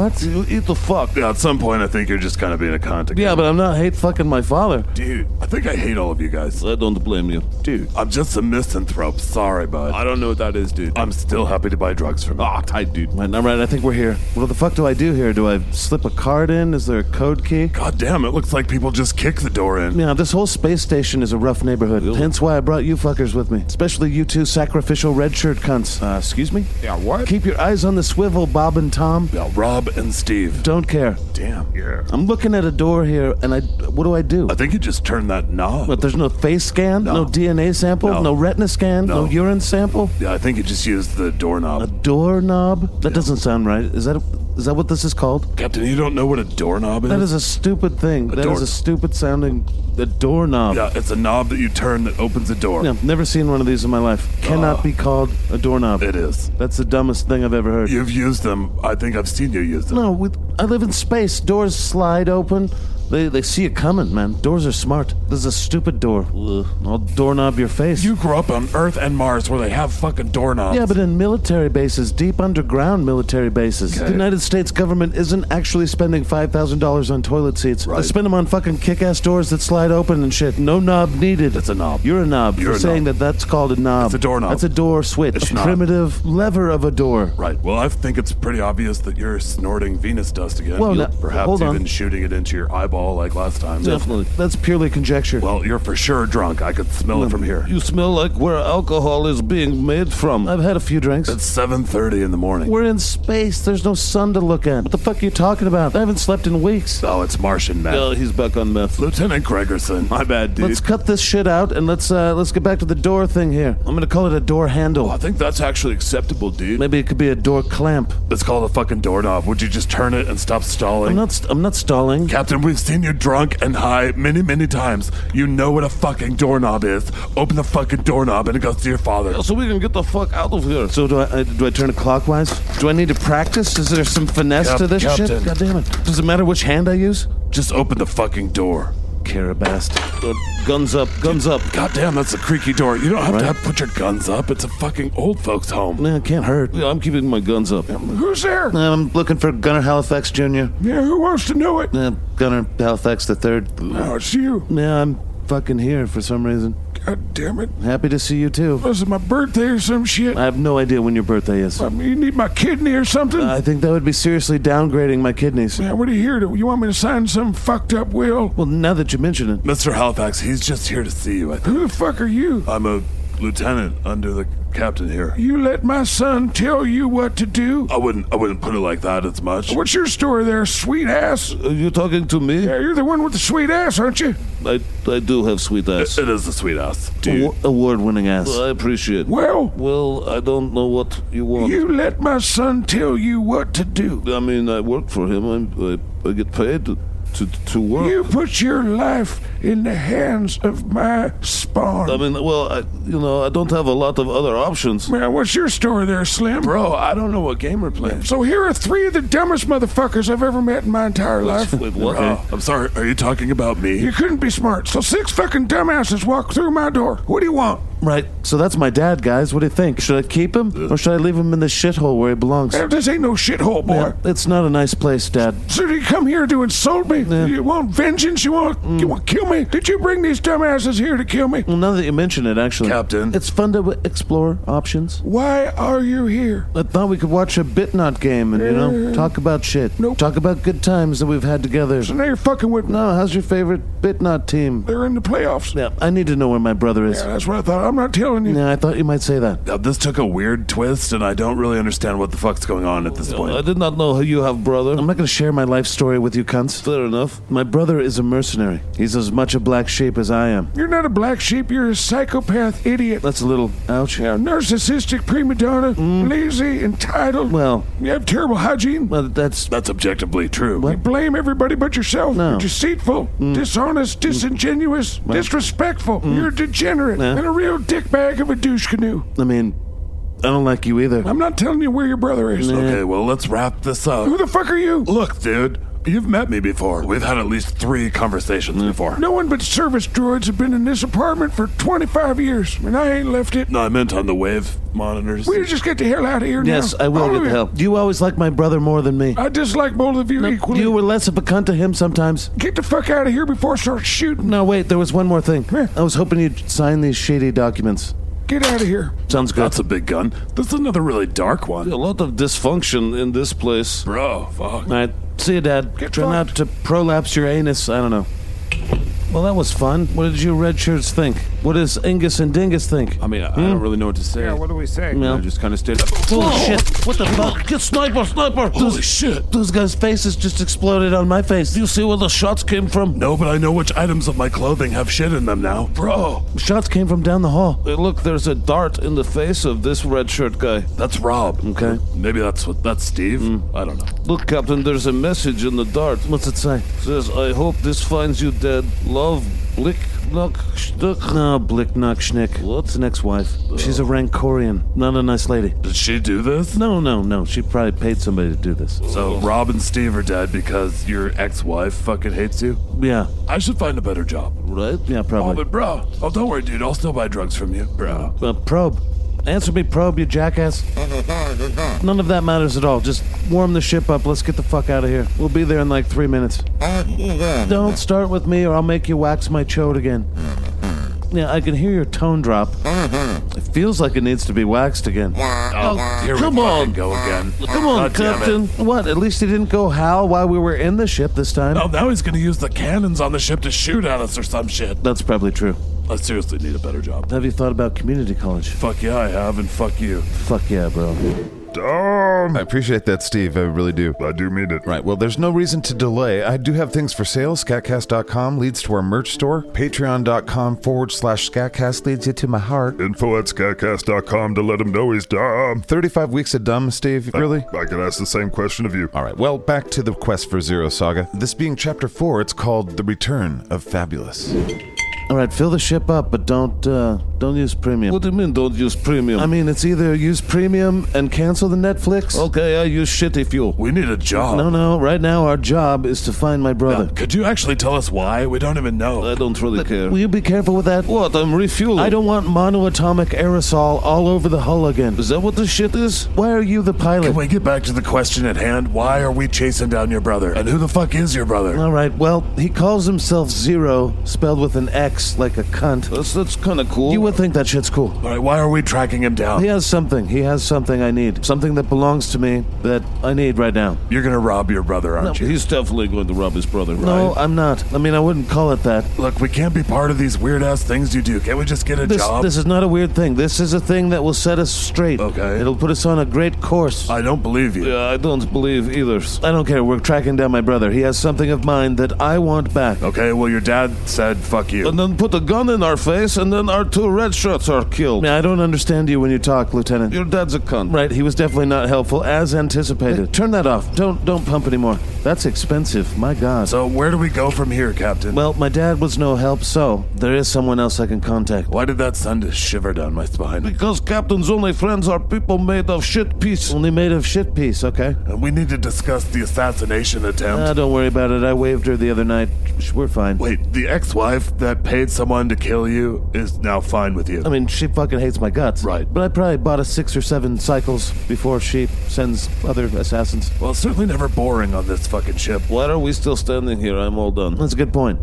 What? You eat the fuck.
Yeah, at some point, I think you're just kind of being a cunt. again.
Yeah, but I'm not hate fucking my father.
dude, I think I hate all of you guys.
I don't blame you.
Dude, I'm just a misanthrope. Sorry, bud.
I don't know what that is, dude.
I'm still happy to buy drugs from you.
Ah, tight, dude.
Right, all right, I think we're here. What the fuck do I do here? Do I slip a card in? Is there a code key?
God damn, it looks like people just kick the door in.
Now, this whole space station is a rough neighborhood. Hence why I brought you fuckers with me. Especially you two sacrificial red shirt cunts. Uh, excuse me?
Yeah, what?
Keep your eyes on the swivel, Bob and Tom.
Yeah, Rob and Steve.
Don't care.
Damn. Yeah.
I'm looking at a door here, and I. What do I do?
I think you just turned that knob.
But there's no face scan, no,
No.
DNA sample, no,
No.
retina scan, no.
No.
urine sample,
Yeah, I think you just used the
a
doorknob.
doorknob. That doesn't sound right. Is that is that what this is called?
Captain, you don't know what a doorknob is?
That is a stupid thing. That is
door-
a stupid sounding. The doorknob.
yeah, it's a knob that you turn that opens a door.
Yeah, never seen one of these in my life. Cannot be called a doorknob.
It is.
That's the dumbest thing I've ever heard.
You've used them. I think I've seen you use them.
No, we, I live in space. Doors slide open. They, they see it coming, man. Doors are smart. This is a stupid door. Ugh, I'll doorknob your face.
You grew up on Earth and Mars where they have fucking doorknobs.
yeah, but in military bases, deep underground military bases, the United States government isn't actually spending $5,000 on toilet seats. They
Right.
spend them on fucking kick ass doors that slide open and shit. No knob needed.
It's a knob.
You're a knob.
You're
You're
a
saying
knob.
that that's called a knob.
It's a doorknob.
That's a door switch.
It's
a
not.
primitive lever of a door.
Right. Well, I think it's pretty obvious that you're snorting Venus dust again.
Well,
You're
no-
perhaps
hold on.
even shooting it into your eyeball like last time.
That's purely conjecture.
Well, you're for sure drunk. I could smell it from here.
You smell like where alcohol is being made from. I've had a few drinks.
It's 7:30 in the morning.
We're in space. There's no sun to look at. What the fuck are you talking about? I haven't slept in weeks.
oh, it's Martian meth.
he's back on meth.
Lieutenant Gregerson. My bad,
Let's cut this shit out and let's uh, let's get back to the door thing here. I'm gonna call it a door handle.
I think that's actually acceptable, dude.
Maybe it could be a door clamp.
It's called a fucking doorknob. Would you just turn it and stop stalling?
I'm not st- I'm not stalling.
Captain, we've seen you drunk and high many, many times. You know what a fucking doorknob is. Open the fucking doorknob and it goes to your father.
So we can get the fuck out of here. So do I, I do I turn it clockwise? Do I need to practice? Is there some finesse
Cap-
to this shit?
Captain.
God damn it! Does it matter which hand I use?
Just open the fucking door.
Carabast. Guns up, guns up.
God damn, that's a creaky door. You don't have
Right.
to have, put your guns up. It's a fucking old folks' home.
No, it can't hurt. Yeah, I'm keeping my guns up.
Who's there?
I'm looking for Gunnar Halifax Jr.
Yeah, who wants to know it?
Uh, Gunnar Halifax the third.
Oh, it's you.
Yeah, I'm fucking here for some reason.
God damn it.
Happy to see you too.
Was it my birthday or some shit?
I have no idea when your birthday is.
Um, you need my kidney or something?
I think that would be seriously downgrading my kidneys.
yeah, what are you here to? You want me to sign some fucked up will?
Well, now that you mention it,
Mr. Halifax, he's just here to see you. I think.
Who the fuck are you?
I'm a lieutenant under the captain here.
You let my son tell you what to do?
I wouldn't. I wouldn't put it like that as much.
What's your story there, sweet ass?
are you talking to me?
Yeah, you're the one with the sweet ass, aren't you?
I, I do have sweet ass.
It is a sweet ass, dude.
Award winning ass. I appreciate.
Well,
Well, I don't know what you want.
you let my son tell you what to do.
I mean, I work for him. I'm, I, I get paid to, to, to work.
You put your life in the hands of my spawn.
I mean, well, I, you know, I don't have a lot of other options.
Man, what's your story there, Slim?
Bro, I don't know what game we're playing.
So here are three of the dumbest motherfuckers I've ever met in my entire life.
what?
Oh, I'm sorry. Are you talking about me?
You couldn't be smart. So six fucking dumbasses walk through my door. What do you want?
Right. So that's my dad, guys. What do you think? Should I keep him or should I leave him in the shithole where he belongs?
Eh, This ain't no shithole, boy.
Yeah, it's not a nice place, Dad.
So you come here to insult me?
Yeah.
You want vengeance? You want
Mm.
you want to kill me? Did you bring these dumbasses here to kill me?
Well, now that you mention it, actually,
Captain.
it's fun to w- explore options.
Why are you here?
I thought we could watch a Bitnot game and you know talk about shit.
Nope.
Talk about good times that we've had together.
So now you're fucking with me.
No, how's your favorite Bitnot team?
They're in the playoffs.
Yeah, I need to know where my brother is.
Yeah, that's what I thought. I'm I'm not telling you.
Yeah, I thought you might say that.
Now, this took a weird twist, and I don't really understand what the fuck's going on at this point.
did not know who you have, brother. I'm not going to share my life story with you cunts. Fair enough. My brother is a mercenary. He's as much a black sheep as I am.
You're not a black sheep. You're a psychopath idiot.
That's a little ouch.
A narcissistic prima donna.
Mm.
Lazy, entitled.
Well,
you have terrible hygiene.
well, that's
That's objectively true. Mm.
What?
you blame everybody but yourself.
No.
You're deceitful, dishonest, disingenuous, disrespectful. You're a degenerate
Yeah.
and a real dickbag of a douche canoe.
I mean, I don't like you either.
I'm not telling you where your brother is.
Okay, well, let's wrap this up.
Who the fuck are you?
Look, dude, you've met me before. We've had at least three conversations
Mm.
before.
No one but service droids have been in this apartment for 25 years, and I ain't left it.
No, I meant on the wave monitors.
We'll just get the hell out of here
Yes,
now.
I will
All
get
of
the
you.
hell. You always like my brother more than me.
I dislike both of you equally.
You were less of a cunt to him sometimes.
Get the fuck out of here before I start shooting.
No, wait, there was one more thing. I was hoping you'd sign these shady documents.
Get out of here.
Sounds good.
That's a big gun. That's another really dark one.
a lot of dysfunction in this place.
Bro, fuck.
All right, see you, Dad.
Get
Try not to prolapse your anus. I don't know. Well, that was fun. What did you red shirts think? What does Ingus and Dingus think? Hmm?
I mean, I I don't really know what to say.
do we say?
I just kind of stayed.
Holy shit! What the fuck? Get sniper, sniper! Holy shit! Those guys' faces just exploded on my face. Do you see where the shots came from?
No, but I know which items of my clothing have shit in them now. Bro,
Shots came from down the hall. look, there's a dart in the face of this red shirt guy.
that's Rob.
Okay. Hmm.
Maybe that's what that's Steve. I don't know.
Look, Captain, there's a message in the dart. What's it say? says, I hope this finds you dead. Love, Blick, Knock, Schnick. No, Blick, Knock, Schnick. What's the next wife? She's a Rancorian. Not a nice lady.
Did she do this?
No, no, no. She probably paid somebody to do this.
So Rob and Steve are dead because your ex-wife fucking hates you.
Yeah,
I should find a better job.
right? Yeah,
Oh,
probably.
but bro, oh don't worry, dude. I'll still buy drugs from you, bro.
Uh, probe. Answer me, probe, you jackass. None of that matters at all. Just warm the ship up. Let's get the fuck out of here. We'll be there in like three minutes. Don't start with me, or I'll make you wax my chode again. Yeah, I can hear your tone drop. It feels like it needs to be waxed again.
Oh, here
come
we fucking
on.
go again.
Come on,
God damn it.
Captain. What? At least he didn't go howl while we were in the ship this time.
Oh, now he's gonna use the cannons on the ship to shoot at us or some shit.
That's probably true.
I seriously need a better job.
Have you thought about community college?
Fuck yeah, I have, and fuck you.
Fuck yeah, bro.
Dom!
I appreciate that, Steve. I really do.
Um. I do mean it.
Right. Well, there's no reason to delay. I do have things for sale. Scatcast.com leads to our merch store. Patreon.com forward slash scatcast leads you to my heart.
Info at scatcast.com to let him know he's Dom.
35 weeks of dumb, Steve. Really?
I could ask the same question of you.
All right. Well, back to the quest for Zero Saga. This being chapter four, it's called The Return of Fabulous.
All right, fill the ship up, but don't uh, don't use premium.
What do you mean, don't use premium?
I mean, it's either use premium and cancel the Netflix.
okay, I use shitty fuel.
We need a job.
No, no. Right now, our job is to find my brother.
Could you actually tell us why? We don't even know.
I don't really care.
Will you be careful with that?
What? I'm refueling.
I don't want monoatomic aerosol all over the hull again.
Is that what this shit is?
Why are you the pilot?
Can we get back to the question at hand? Why are we chasing down your brother? And who the fuck is your brother?
All right. Well, he calls himself Zero, spelled with an X, like a cunt.
That's that's kind of cool.
You would think that shit's cool.
All right, why are we tracking him down?
He has something. He has something I need. Something that belongs to me that I need right now.
You're gonna rob your brother, aren't you?
He's definitely going to rob his brother, right?
No, I'm not. I mean, I wouldn't call it that.
Look, we can't be part of these weird ass things you do. Can't we just get a
This,
job?
this is not a weird thing. This is a thing that will set us straight.
Okay.
It'll put us on a great course.
I don't believe you.
Yeah, I don't believe either.
I don't care. We're tracking down my brother. He has something of mine that I want back.
Okay, well, your dad said fuck you.
And then put a gun in our face, and then our two red shirts are killed.
Now, I don't understand you when you talk, Lieutenant.
Your dad's a cunt.
right. He was definitely not helpful, as anticipated. turn that off. Don't don't pump anymore. That's expensive. My God.
So where do we go from here, Captain?
well, my dad was no help, so there is someone else I can contact.
Why did that send a shiver down my spine?
Because Captain's only friends are people made of shit piece.
Only made of shit piece. Okay.
And we need to discuss the assassination attempt.
Ah, don't worry about it. I waved her the other night. Sh- We're fine.
Wait, the ex-wife that paid someone to kill you is now fine with you.
I mean, she fucking hates my guts.
Right.
But I probably bought a six or seven cycles before she sends other assassins.
well, it's certainly never boring on this fucking ship.
Why are we still standing here? I'm all done.
That's a good point.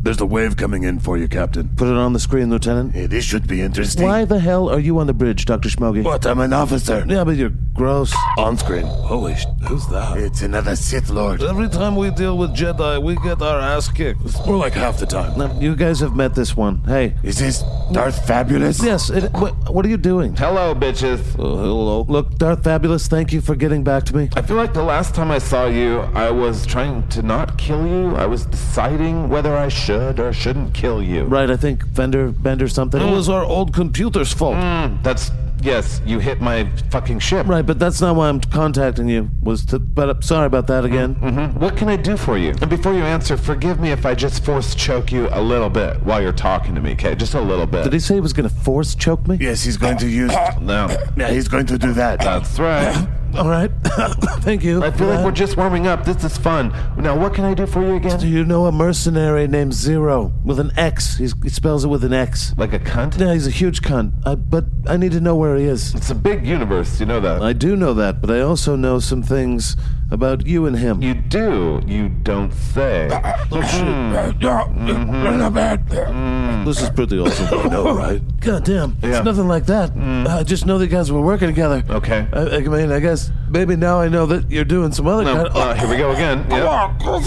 There's a wave coming in for you, Captain.
Put it on the screen, Lieutenant.
Hey, this should be interesting.
Why the hell are you on the bridge, Dr. Schmoggy?
But I'm an officer.
Yeah, but you're gross.
Uh,
On screen.
Holy sh! Who's that?
It's another Sith Lord.
Every time we deal with Jedi, we get our ass kicked.
We're like half the time.
Now, you guys have met this one. Hey.
Is this Darth Fabulous?
Yes, it, what, what are you doing?
Uh,
Hello, bitches.
Oh, hello. Look, Darth Fabulous, thank you for getting back to me.
I feel like the last time I saw you, I was trying to not kill you. I was deciding whether I should or shouldn't kill you.
Right, I think Fender, Bender something.
It was our old computer's fault.
Mm, that's yes. You hit my fucking ship.
Right, but that's not why I'm contacting you. Was to, but I'm sorry about that again.
Mm,
hmm What can I do for you? And before you answer, forgive me if I just force choke you a little bit while you're talking to me. Okay, just a little bit.
Did he say he was gonna force choke me?
Yes, he's going to use.
no,
Yeah, he's going to do that.
that's right.
All right. thank you.
I feel like we're just warming up. This is fun. Now, what can I do for you
Uh, Do
again?
you know a mercenary named Zero with an X? He's, he spells it with an X.
Like a cunt?
Yeah, he's a huge cunt. I, but I need to know where he is.
It's a big universe. You know that.
I do know that, but I also know some things about you and him.
You do. You don't say.
This is pretty awesome. I know, right? God damn.
Yeah. Mm.
It's nothing like that. I just know that you guys were working together.
Okay.
I, I mean, I guess maybe now I know that you're doing some other
No,
kind of.
uh, here we go again. Yeah. Sorry.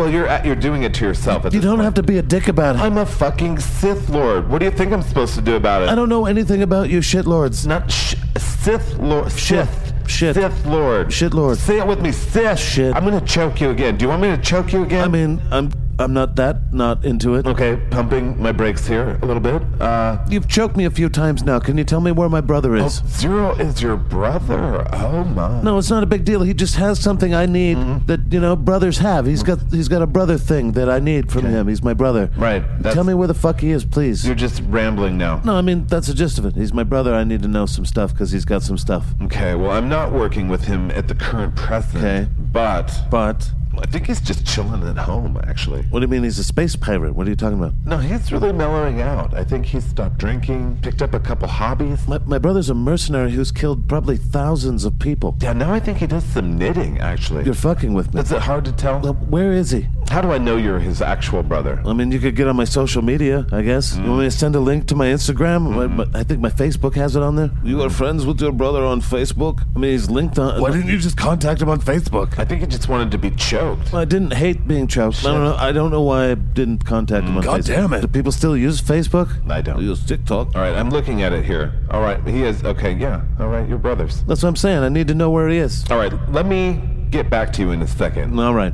Well, you're at, you're doing it to yourself. At
you
this
don't
point.
have to be a dick about it.
I'm a fucking Sith Lord. What do you think I'm supposed to do about it?
I don't know anything about you shitlords.
Not sh- Sith Lord.
Shit.
Sith.
Shit.
Sith Lord.
Shit lord.
Say it with me. Sith.
Shit.
I'm gonna choke you again. Do you want me to choke you again?
I mean, I'm I'm not that not into it.
Okay, pumping my brakes here a little bit. Uh,
You've choked me a few times now. Can you tell me where my brother
Oh,
is?
Zero is your brother. Oh my.
No, it's not a big deal. He just has something I need
Mm-hmm.
that you know brothers have. He's got he's got a brother thing that I need from him. He's my brother.
Right, that's-
Tell me where the fuck he is, please.
You're just rambling now.
No, I mean that's the gist of it. He's my brother. I need to know some stuff because he's got some stuff.
Mm.
Okay, well, I'm not working with him at the current present.
Okay.
But
But
I think he's just chilling at home, actually.
what do you mean he's a space pirate? What are you talking about?
No, he's really mellowing out. I think he's stopped drinking, picked up a couple hobbies.
My my brother's a mercenary who's killed probably thousands of people.
Yeah, now I think he does some knitting, actually.
You're fucking with me.
Is it hard to tell?
Uh, Where is he?
How do I know you're his actual brother?
I mean, you could get on my social media, I guess. You want me to send a link to my Instagram? My- my- I think my Facebook has it on there.
Mm-hmm. You are friends with your brother on Facebook?
I mean, he's linked on.
Why didn't you just contact him on Facebook?
I think he just wanted to be choked.
I didn't hate being choked. I don't know. I don't know why I didn't contact him on
God
Facebook.
damn it.
Do people still use Facebook?
I don't.
Use TikTok.
All right, I'm looking at it here. All right, he is. Okay, yeah. All right, you're brothers.
That's what I'm saying. I need to know where he is.
All right, let me get back to you in a second.
All right.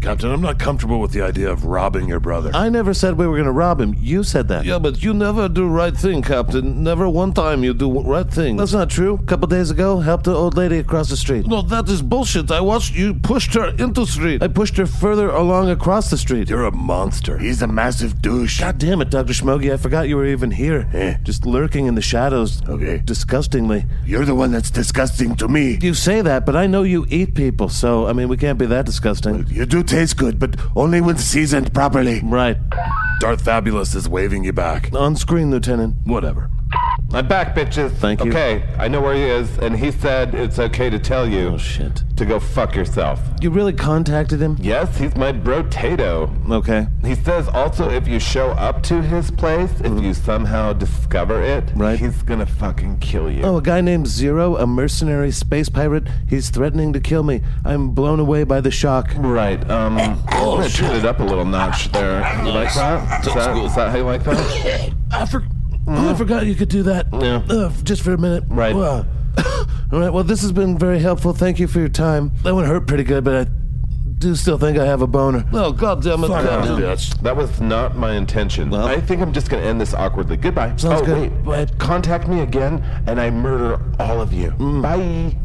Captain, I'm not comfortable with the idea of robbing your brother.
I never said we were going to rob him. You said that.
Yeah, but you never do right thing, Captain. Never one time you do right thing.
That's not true. A couple days ago, helped an old lady across the street.
no, that is bullshit. I watched you pushed her into street.
I pushed her further along across the street.
You're a monster.
He's a massive douche.
God damn it, Dr. Schmoggy. I forgot you were even here.
Eh.
Just lurking in the shadows.
Okay.
Disgustingly.
You're the one that's disgusting to me.
You say that, but I know you eat people, so, I mean, we can't be that disgusting.
You do taste good, but only when seasoned properly.
Right.
Darth Fabulous is waving you back.
On screen, Lieutenant.
Whatever.
I'm back, bitches.
Thank you.
Okay, I know where he is, and he said it's okay to tell you
Oh, shit.
to go fuck yourself.
You really contacted him?
Yes, he's my brotato.
Okay.
He says also if you show up to his place, if you somehow discover it,
Right.
he's gonna fucking kill you.
Oh, a guy named Zero, a mercenary space pirate. He's threatening to kill me. I'm blown away by the shock.
Right. Um, I'm gonna turn it up a little notch there. You like that? Is that, is that how you like that?
I, for- Oh, I forgot you could do that.
Yeah.
Uh, just for a minute.
Right.
Wow. All right. Well, this has been very helpful. Thank you for your time. That one hurt pretty good, but I do still think I have a boner.
No, goddamn it, Captain.
That was not my intention. I think I'm just gonna end this awkwardly. Goodbye.
Sounds
oh
good.
wait, wait, contact me again, and I murder all of you.
Mm.
Bye.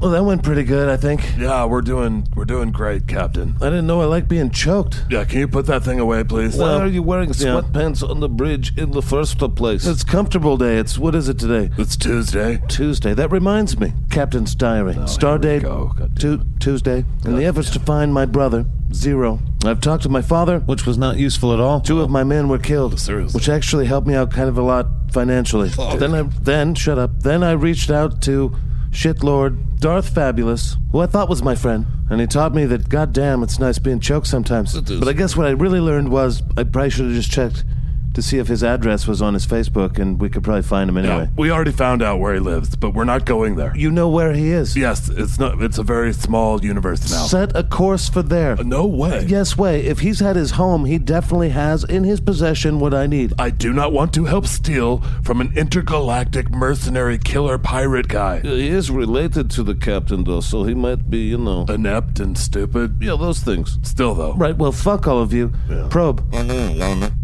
Well, that went pretty good, I think.
Yeah, we're doing we're doing great, Captain.
I didn't know I liked being choked.
Yeah, can you put that thing away, please? Um,
Why are you wearing
Yeah.
sweatpants on the bridge in the first place?
It's comfortable day. It's what is it today?
It's Tuesday.
Tuesday. That reminds me. Captain's diary. Star date
go. God
Tu- Tuesday. In the efforts to find my brother, Zero, I've talked to my father, which was not useful at all. Two of my men were killed,
Seriously.
which actually helped me out kind of a lot financially. Then I then shut up. Then I reached out to Shitlord, Darth Fabulous, who I thought was my friend, and he taught me that goddamn it's nice being choked sometimes. But I guess what I really learned was I probably should have just checked to see if his address was on his Facebook and we could probably find him anyway.
We already found out where he lives, but we're not going there.
You know where he is.
Yes, it's not. It's a very small universe now.
Set a course for there.
no way.
Yes, way. If he's had his home, he definitely has in his possession what I need.
I do not want to help steal from an intergalactic mercenary killer pirate guy.
He is related to the captain, though, so he might be, you know.
Inept and stupid.
Yeah, those things.
Still though.
Right, well, fuck all of you. Probe,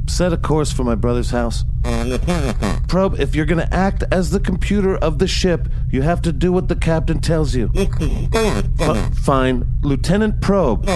set a course for my brother's house. Probe, if you're gonna act as the computer of the ship, you have to do what the captain tells you. F- fine. Lieutenant Probe,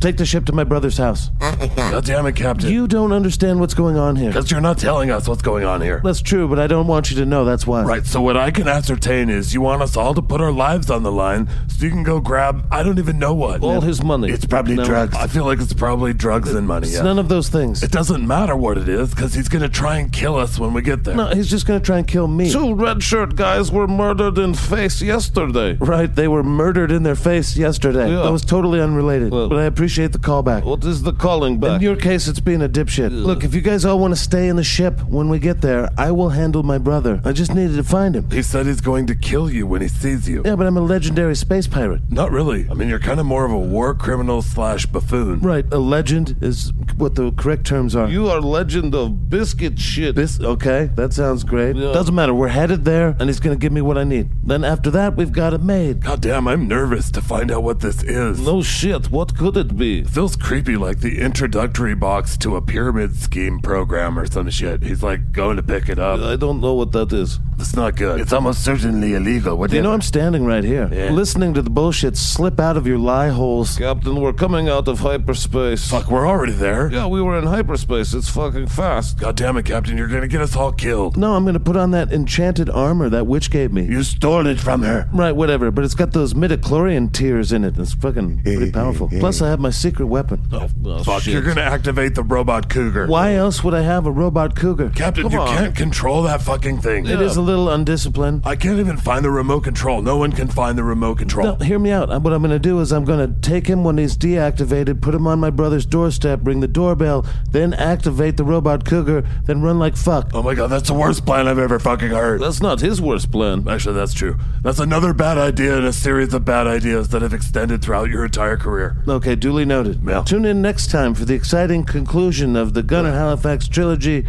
take the ship to my brother's house.
God damn it, Captain.
You don't understand what's going on here.
Because you're not telling us what's going on here.
That's true, but I don't want you to know, that's why.
Right, so what I can ascertain is you want us all to put our lives on the line so you can go grab, I don't even know what.
All his money.
It's probably
No.
drugs.
I feel like it's probably drugs and money.
It's
yeah.
none of those things.
It doesn't matter what it is because he's going to try and kill us when we get there.
No, he's just gonna try and kill me.
Two red shirt guys were murdered in face yesterday.
Right, they were murdered in their face yesterday.
Yeah.
That was totally unrelated,
Well-
but I appreciate the callback.
What is the calling
In
back?
your case, it's being a dipshit. Look, if you guys all want to stay in the ship when we get there, I will handle my brother. I just needed to find him.
He said he's going to kill you when he sees you.
Yeah, but I'm a legendary space pirate.
Not really. I mean, you're kind of more of a war criminal slash buffoon.
Right, a legend is what the correct terms are.
you are legend of biscuit shit.
This okay? That sounds great.
Yeah.
Doesn't matter. We're headed there, and he's gonna give me what I need. Then after that, we've got it made.
God damn, I'm nervous to find out what this is.
no shit. What could it be?
Feels creepy like the introductory box to a pyramid scheme program or some shit. He's like going to pick it up.
I don't know what that is.
It's not good. It's almost certainly illegal. What do
You know, I'm standing right here,
Yeah.
listening to the bullshit slip out of your lie holes.
Captain, we're coming out of hyperspace.
Fuck, we're already there.
Yeah, we were in hyperspace. It's fucking fast.
God damn it, Captain, you're gonna get us all killed.
No, I'm gonna put on that enchanted armor that witch gave me.
You stole it from her.
Right, whatever, but it's got those midichlorian tears in it. It's fucking pretty powerful. Plus, I have my secret weapon.
Oh,
Fuck,
shit.
you're gonna activate the robot cougar.
Why else would I have a robot cougar?
Captain,
Come
you
on.
can't control that fucking thing.
It is a little undisciplined.
I can't even find the remote control. No one can find the
No,
remote control.
hear me out. Uh, What I'm going to do is I'm going to take him when he's deactivated, put him on my brother's doorstep, ring the doorbell, then activate the robot cougar, then run like fuck.
Oh my god, that's the worst plan I've ever fucking heard.
That's not his worst plan.
Actually, that's true. That's another bad idea in a series of bad ideas that have extended throughout your entire career.
Okay, duly noted.
Yeah.
Tune in next time for the exciting conclusion of the Gunnar Halifax trilogy,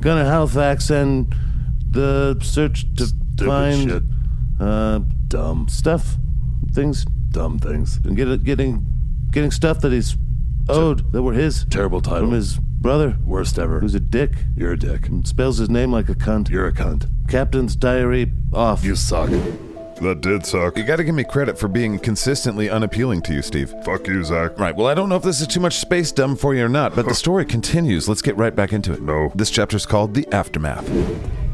Gunnar Halifax and the search to find
shit.
Uh,
Dumb,
stuff, things,
dumb things.
and get getting getting stuff that he's owed that were his
Terrible title.
from his brother,
Worst ever.
who's a dick.
You're a dick.
Spells his name like a cunt.
You're a cunt.
Captain's diary off.
You suck.
That did suck.
You gotta give me credit for being consistently unappealing to you, Steve.
Fuck you, Zach.
Right, well, I don't know if this is too much space dumb for you or not, but the story continues. Let's get right back into it.
No.
This chapter's called The Aftermath.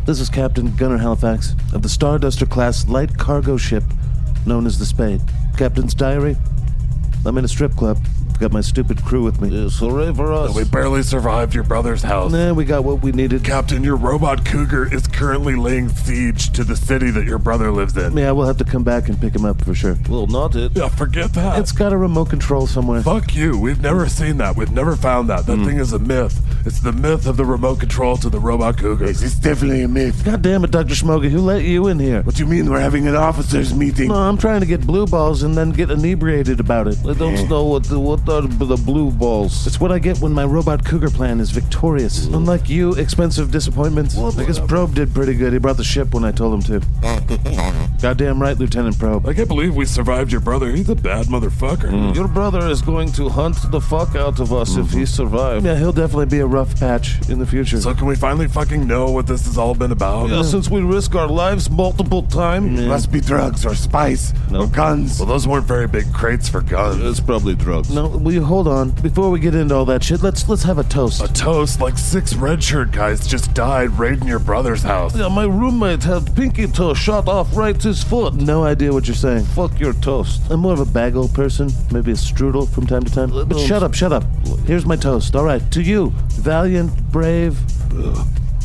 This is Captain Gunnar Halifax of the Starduster class light cargo ship known as the Spade. Captain's diary. I'm in a strip club. Got my stupid crew with me.
Yes, hooray for us.
We barely survived your brother's house.
Nah, we got what we needed.
Captain, your robot cougar is currently laying siege to the city that your brother lives in.
Yeah, we'll have to come back and pick him up for sure.
well, not it.
Yeah, forget that.
It's got a remote control somewhere.
Fuck you. We've never seen that. We've never found that.
Hmm.
That thing is a myth. It's the myth of the remote control to the robot cougar.
This is definitely a myth.
God damn it, Dr. Smoggy, who let you in here?
What do you mean we're having an officers' meeting?
No, I'm trying to get blue balls and then get inebriated about it.
I don't know what the, what are the blue balls.
It's what I get when my robot cougar plan is victorious. Unlike you, expensive disappointments. I guess Probe did pretty good. He brought the ship when I told him to. Goddamn right, Lieutenant Probe.
I can't believe we survived your brother. He's a bad motherfucker.
Hmm.
Your brother is going to hunt the fuck out of us if he survives.
Mm-hmm. Yeah, he'll definitely be a rough patch in the future.
So can we finally fucking know what this has all been about?
Yeah, since we risk our lives multiple times,
Must be drugs or spice or guns.
Well, those weren't very big crates for guns.
it's probably drugs.
no, will you hold on? Before we get into all that shit, let's let's have a toast.
A toast, like six red shirt guys just died raiding your brother's house.
Yeah, my roommate had pinky toe shot off right his foot.
No idea what you're saying.
Fuck your toast.
I'm more of a bagel person, maybe a strudel from time to time. But shut up, shut up. Here's my toast. All right, to you, valiant, brave,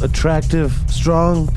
attractive, strong,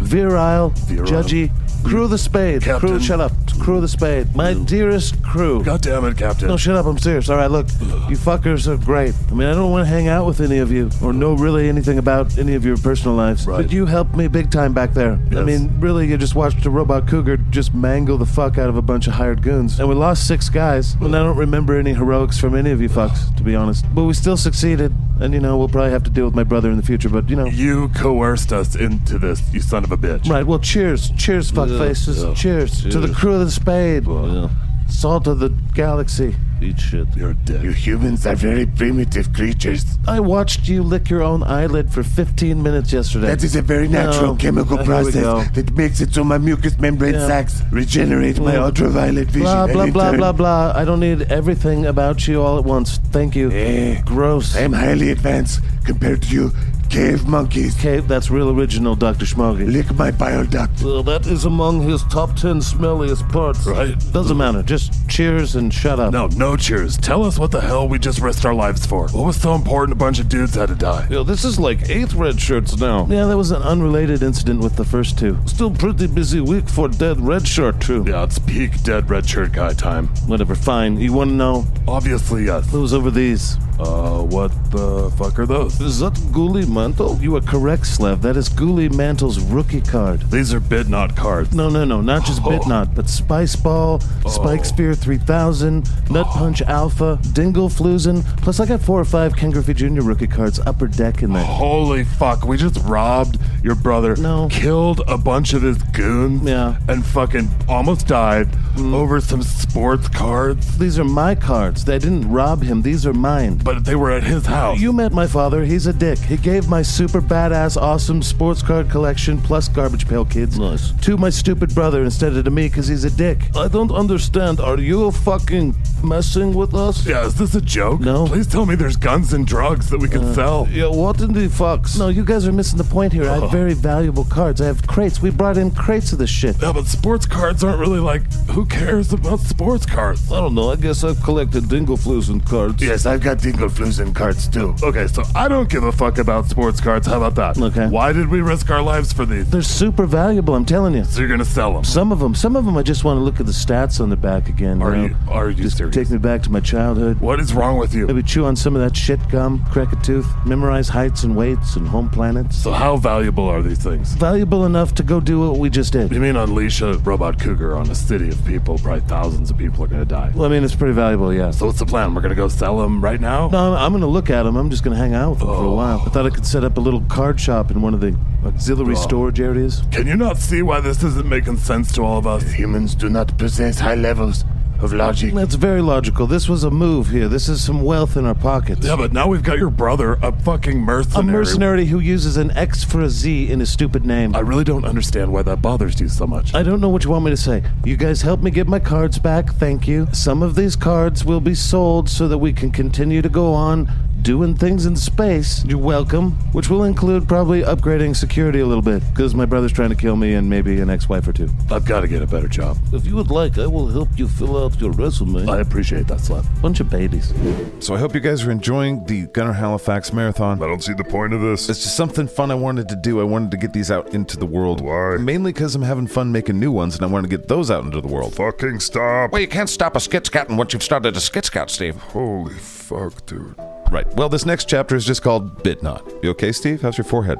virile, judgy. Crew of the spade. Crew,
Captain.
shut up. Crew of the spade. My dearest crew.
God damn it, Captain.
No, shut up. I'm serious. All right, look, you fuckers are great. I mean, I don't want to hang out with any of you or know really anything about any of your personal lives.
Right.
But you helped me big time back there. I
Yes.
mean, really, you just watched a robot cougar just mangle the fuck out of a bunch of hired goons. And we lost six guys, and I don't remember any heroics from any of you fucks, to be honest. But we still succeeded, and you know, we'll probably have to deal with my brother in the future, but you know.
You coerced us into this, you son of a bitch.
Right, well, cheers. Cheers, fuck faces.
yeah.
Cheers. To the
Cheers.
crew of the spade.
Yeah,
Salt of the galaxy.
eat shit.
You're a dick.
You humans are very primitive creatures.
I watched you lick your own eyelid for 15 minutes yesterday.
That is a very natural
No.
chemical
Uh, here we go.
process that makes it so my mucous membrane
Yeah.
sacs regenerate my
Yeah.
ultraviolet vision.
Blah,
and
blah,
in
blah,
turn-
blah, blah. I don't need everything about you all at once. Thank you.
Eh.
Gross.
I am highly advanced compared to you cave monkeys.
Okay, that's real original, Dr. Schmoggy.
Lick my bile duct.
Well, that is among his top 10 smelliest parts.
Right.
Doesn't matter. Just cheers and shut up.
No, no cheers. Tell us what the hell we just risked our lives for. What was so important a bunch of dudes had to die?
Yo, this is like eight red shirts now.
Yeah, that was an unrelated incident with the first two.
Still pretty busy week for dead red shirt too.
Yeah, it's peak dead red shirt guy time.
Whatever, fine. You want to know?
Obviously, yes.
It was over these.
Uh, what the fuck are those?
Is that Gully Mantle?
You are correct, Slev. That is Ghoulie Mantle's rookie card.
These are bid not cards.
No, no, no, not just Bitnot, but Spice Ball, Spike Spear 3000, Nut Punch Alpha, Dingle Flusen. Plus, I got four or five Ken Griffey Jr. rookie cards, upper deck in there.
Holy fuck, we just robbed your brother,
No.
killed a bunch of his goons,
Yeah. Mm.
and fucking almost died over some sports cards,
These are my cards. They didn't rob him, these are mine.
but they were at his house.
You met my father. He's a dick. He gave my super badass, awesome sports card collection plus garbage pail kids
Nice.
to my stupid brother instead of to me because he's a dick.
I don't understand. Are you fucking messing with us?
yeah, is this a joke?
No. Uh,
Please tell me there's guns and drugs that we can sell.
Yeah, what in the fucks?
No, you guys are missing the point here. I have very valuable cards. I have crates. We brought in crates of this shit.
Yeah, but sports cards aren't really like, who cares about sports cards?
I don't know. I guess I've collected Dingleflusen cards.
Yes, I've got dingleflusen cards too.
Okay, so I don't give a fuck about sports cards. How about that?
Okay.
Why did we risk our lives for these?
They're super valuable, I'm telling you.
So you're gonna sell them?
Some of them, some of them, I just want to look at the stats on the back again.
Are
know?
you- are you
just
serious?
Take me back to my childhood.
What is wrong with you?
Maybe chew on some of that shit gum, crack a tooth, memorize heights and weights and home planets.
So how valuable are these things?
Valuable enough to go do what we just did.
You mean unleash a robot cougar on a city of people? Probably thousands of people are gonna die.
Well, I mean, it's pretty valuable, yeah.
So what's the plan? We're gonna go sell them right now?
No, I'm, I'm going to look at them. I'm just going to hang out with them for a while. I thought I could set up a little card shop in one of the auxiliary storage areas.
Can you not see why this isn't making sense to all of us?
Humans do not possess high levels of logic.
That's very logical. This was a move here. This is some wealth in our pockets.
Yeah, but now we've got your brother, a fucking
a
mercenary.
mercenary who uses an X for a Z in his stupid name.
I really don't understand why that bothers you so much.
I don't know what you want me to say. You guys help me get my cards back, thank you. Some of these cards will be sold so that we can continue to go on doing things in space. You're welcome. Which will include probably upgrading security a little bit, because my brother's trying to kill me and maybe an ex wife or two.
I've got to get a better job.
If you would like, I will help you fill out your resume.
I appreciate that, Slap.
Bunch of babies.
So I hope you guys are enjoying the Gunner Halifax Marathon.
I don't see the point of this.
It's just something fun I wanted to do. I wanted to get these out into the world.
Why?
Mainly because I'm having fun making new ones and I want to get those out into the world.
Fucking stop.
Well, you can't stop a skit scouting once you've started a skit scout, Steve.
Holy fuck, dude.
Right. Well, this next chapter is just called Bitnot. You okay, Steve? How's your forehead?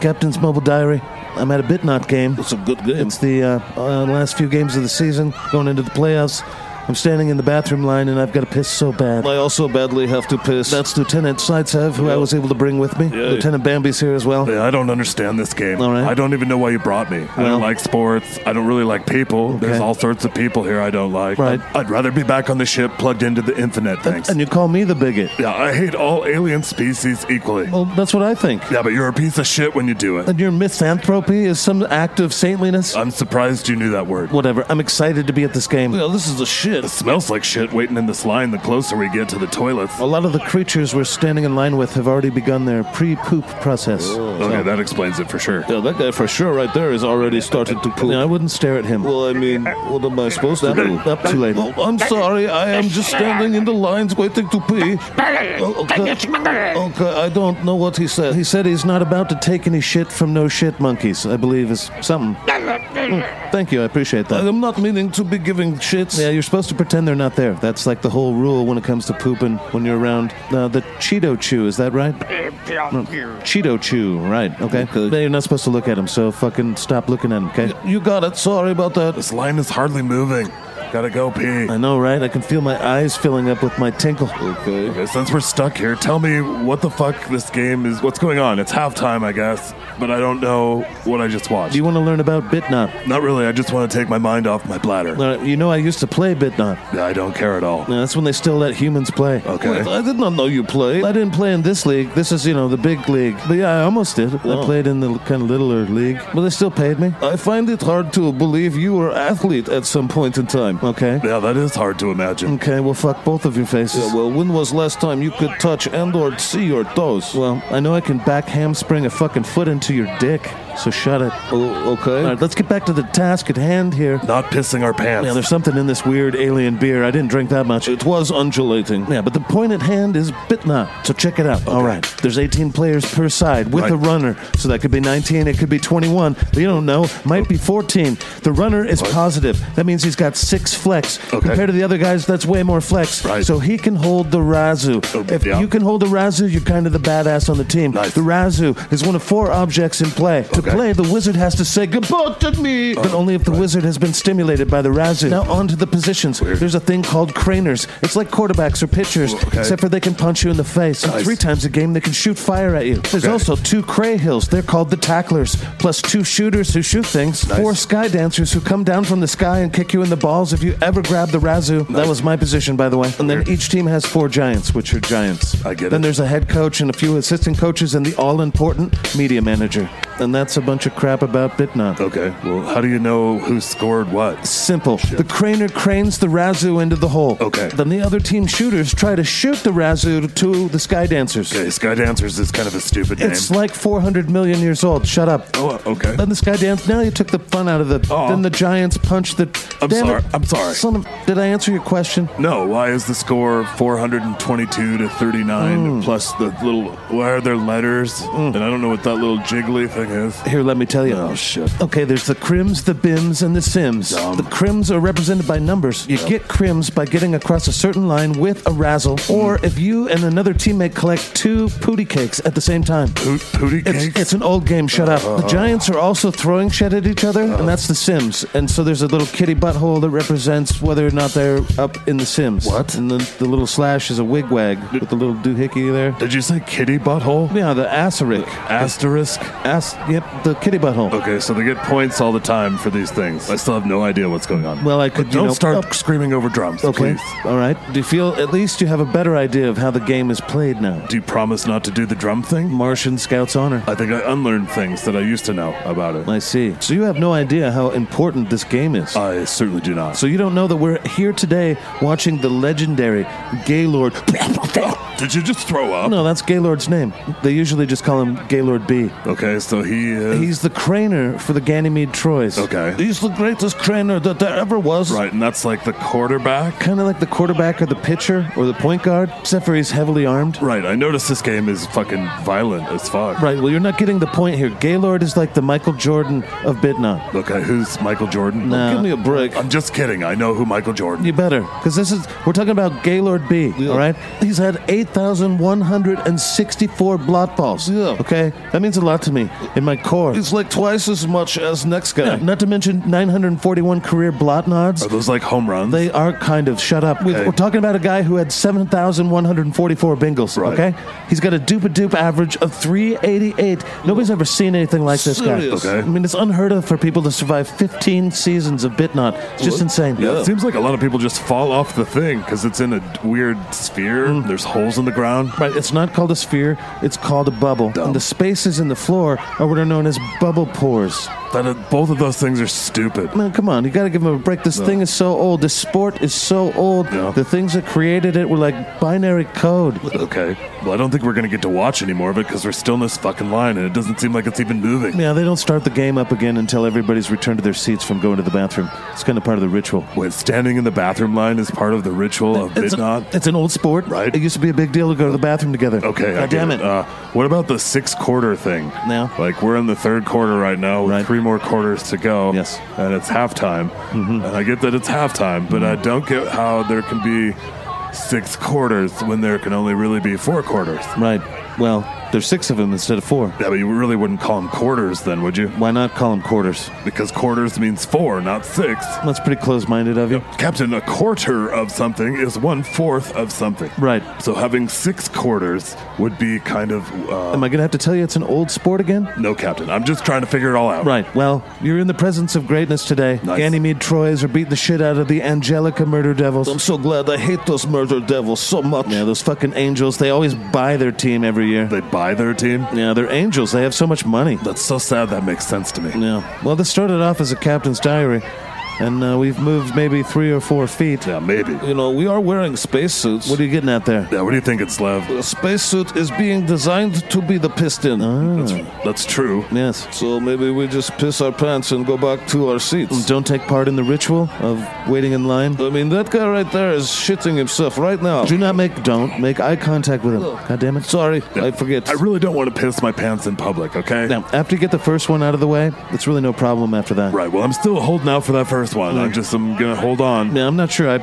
Captain's Mobile Diary. I'm at a Bitnot game.
It's a good game.
It's the uh, uh, last few games of the season, going into the playoffs. I'm standing in the bathroom line and I've got to piss so bad.
I also badly have to piss.
That's Lieutenant Sightsev, who I was able to bring with me.
Yeah.
Lieutenant Bambi's here as well.
Yeah, I don't understand this game.
All right.
I don't even know why you brought me. I
Well-
don't like sports. I don't really like people. There's
Okay.
all sorts of people here I don't like.
Right.
I'd, I'd rather be back on the ship plugged into the infinite, thanks.
And you call me the bigot.
yeah, I hate all alien species equally.
Well, that's what I think.
Yeah, but you're a piece of shit when you do it.
And your misanthropy is some act of saintliness?
Uh,
I'm surprised you knew that word.
Whatever. I'm excited to be at this game.
Yeah, this is the shit.
shit. It smells like shit waiting in this line the closer we get to the toilets.
A lot of the creatures we're standing in line with have already begun their pre-poop process.
Oh.
Okay, that explains it for sure.
Yeah, that guy for sure right there is already started to poop.
I wouldn't stare at him.
Well, I mean, what am I supposed to
Up-
do?
up too late.
Well, I'm sorry, I am just standing in the lines waiting to pee. Oh, okay. okay, I don't know what he said.
He said he's not about to take any shit from no shit monkeys. I believe is something. Mm, Thank you, I appreciate that.
I'm not meaning to be giving shits.
Yeah, you're supposed to pretend they're not there. That's like the whole rule when it comes to pooping when you're around uh, the Cheeto Chew. Is that right? Cheeto Chew, right? Okay. Yeah, You're not supposed to look at him, so fucking stop looking at him. Okay.
You got it. Sorry about that.
This line is hardly moving. Gotta go pee.
I know, right? I can feel my eyes filling up with my tinkle.
Okay, Since we're stuck here, tell me what the fuck this game is. What's going on? It's halftime, I guess, but I don't know what I just watched.
Do you want to learn about Bitnop?
Not really. I just want to take my mind off my bladder.
Uh, you know, I used to play Bitnop.
I don't care at all.
Yeah, that's when they still let humans play.
Okay.
I did not know you played.
I didn't play in this league. This is, you know, the big league. But yeah, I almost did. I played in the kind of littler league. But they still paid me.
Oh. I find it hard to believe you were athlete at some point in time.
Okay.
Yeah, that is hard to imagine.
Okay, well, fuck both of your faces.
Yeah, well, when was last time you could touch and or see your toes?
Well, I know I can back hamstring a fucking foot into your dick, so shut it.
Oh, okay.
All right, let's get back to the task at hand here.
Not pissing our
Yeah,
pants.
there's something in this weird alien beer. I didn't drink that much.
It was undulating.
Yeah, but the point at hand is Bitna. So check it out. All right. There's 18 players per side with
Right.
a runner. So that could be 19, it could be 21. You don't know. Might be 14. The runner is positive. That means he's got six flex. Compared to the other guys, that's way more flex.
Right. Oh,
So he can hold the Razu. if
yeah.
you can hold the Razu, you're kind of the badass on the team.
Nice.
The Razu is one of four objects in play. To play, the wizard has to say goodbye to me.
Oh.
but only if the wizard has been stimulated by the Razu. Now on to the positions. There's a thing called craners. It's like quarterbacks or pitchers,
Oh,
except for they can punch you in the face. And three times a game, they can shoot fire at you. There's also two cray hills. They're called the tacklers, plus two shooters who shoot things, four sky dancers who come down from the sky and kick you in the balls if you ever grab the Razu. That was my position, by the way. And then each team has four giants, which are giants.
I get
Then
it.
there's a head coach and a few assistant coaches and the all-important media manager. And that's a bunch of crap about Bitnot.
Okay, well, how do you know who scored what?
Simple. The craner cranes the Razu into the hole.
Okay.
Then the other team shooters try to shoot the Razu to the Sky Dancers.
Okay, Sky Dancers is kind of a stupid name.
It's like 400 million years old. Shut up.
oh, okay.
Then the Sky Dance. Now you took the fun out of the.
Aw.
Then the Giants punch the.
I'm
Damn
sorry.
It.
I'm sorry.
Son of, did I answer your question?
No, why is the score 422 to 39
Hmm.
plus the little, why are there letters? And I don't know what that little jiggly thing is.
Here, let me tell you.
Oh, shit.
Okay, there's the crims, the bims, and the sims. The crims are represented by numbers. You get crims by getting across a certain line with a razzle, or
Mm.
if you and another teammate collect two pooty cakes at the same time.
Poot, pooty
It's,
cakes? Uh-huh.
it's an old game. Shut up. The Giants are also throwing shit at each other, and that's the Sims. And so there's a little kitty butthole that represents whether or not they're up in the Sims. What? And the, the little slash is a wigwag with the little doohickey there.
Did you say kitty butthole?
Yeah, the asterisk.
Asterisk?
As- yep, the kitty butthole.
Okay, so they get points all the time for these things. I still have no idea what's going on.
Well, I could,
But
you
don't
know- oh.
start screaming over drums,
Okay.
please.
All right. Do you feel at least you have a better idea of how the game is played now?
Do you promise not to do the drum thing?
Martian Scouts Honor.
I think I unlearned things that I used to know about it.
I see. So you have no idea how important this game is.
I certainly do not.
So you don't know that we're here today watching the legendary Gaylord.
Did you just throw up?
No, that's Gaylord's name. They usually just call him Gaylord B.
Okay, so he is.
He's the craner for the Ganymede Troys.
okay.
He's the greatest craner that there ever was.
right, and that's like the quarterback?
Kind of like the quarterback or the pitcher or the point guard, except for he's heavily armed.
Right, I noticed this game is fucking violent as fuck.
Right, well, you're not getting the point here. Gaylord is like the Michael Jordan of Bitnop.
Okay, who's Michael Jordan?
No.
Give me a break.
I'm just kidding. I know who Michael Jordan
You better, because this is we're talking about Gaylord B. All right, he's had eight thousand one hundred and sixty-four blot balls.
Yeah.
Okay, that means a lot to me in my core.
It's like twice as much as next guy.
Yeah, Not to mention nine hundred forty-one career blot nods.
Are those like home runs?
They are kind of shut up. We-
Okay.
We're talking about a guy who had 7,144 bingles,
Right.
okay? He's got a dupe a dupe average of 388. Nobody's ever seen anything like this
Serious.
guy.
Okay.
I mean, it's unheard of for people to survive 15 seasons of Bitnot. It's just insane.
It seems like a lot of people just fall off the thing because it's in a weird sphere.
Mm.
There's holes in the ground.
Right, it's not called a sphere, it's called a bubble.
Dumb.
And the spaces in the floor are what are known as bubble pores.
That is, both of those things are stupid.
Man, come on, you gotta give him a break. This
No.
thing is so old. This sport is so old.
No.
The things that created it were like binary code.
Okay. Well, I don't think we're gonna get to watch any more of it because we're still in this fucking line, and it doesn't seem like it's even moving.
Yeah, they don't start the game up again until everybody's returned to their seats from going to the bathroom. It's kind of part of the ritual.
Wait, standing in the bathroom line is part of the ritual of
It's, a,
midnight.
it's an old sport.
Right.
It used to be a big deal to go to the bathroom together.
Okay. I
God
get
damn it.
Uh, what about the six quarter thing?
Now?
Like, we're in the third quarter right now with
Right.
three more quarters to go.
Yes. Mm-hmm.
And it's halftime. And I get that it's halftime, but I don't get how there can be six quarters when there can only really be four quarters.
Right. Well, there's six of them instead of four.
Yeah, but you really wouldn't call them quarters then, would you?
Why not call them quarters?
Because quarters means four, not six.
That's pretty close-minded of you.
Captain, a quarter of something is one fourth of something.
Right.
So having six quarters would be kind of. Uh,
Am I gonna have to tell you it's an old sport again?
no, Captain. I'm just trying to figure it all out.
Right. Well, you're in the presence of greatness today.
Nice.
Ganymede Troyes are beating the shit out of the Angelica Murder Devils.
I'm so glad I hate those murder devils so much.
yeah, those fucking angels. They always buy their team every year.
They buy their team.
yeah, they're angels. They have so much money.
That's so sad that makes sense to me.
Yeah. Well, this started off as a captain's diary, and uh, we've moved maybe three or four feet.
Yeah, maybe.
You know, we are wearing spacesuits.
What are you getting at there?
Yeah, what do you think it's Lev?
The spacesuit is being designed to be the piston.
That's true.
Uh-huh. Yes.
So maybe we just piss our pants and go back to our seats.
Mm, Don't take part in the ritual of waiting in line.
I mean, that guy right there is shitting himself right now.
Do not make, don't make eye contact with him. God damn it.
Sorry, I forget.
I really don't want to piss my pants in public, okay?
Now, after you get the first one out of the way, it's really no problem after that.
Right, well, I'm still holding out for that first one.
Mm.
I'm just, I'm gonna hold on.
Now, I'm not sure I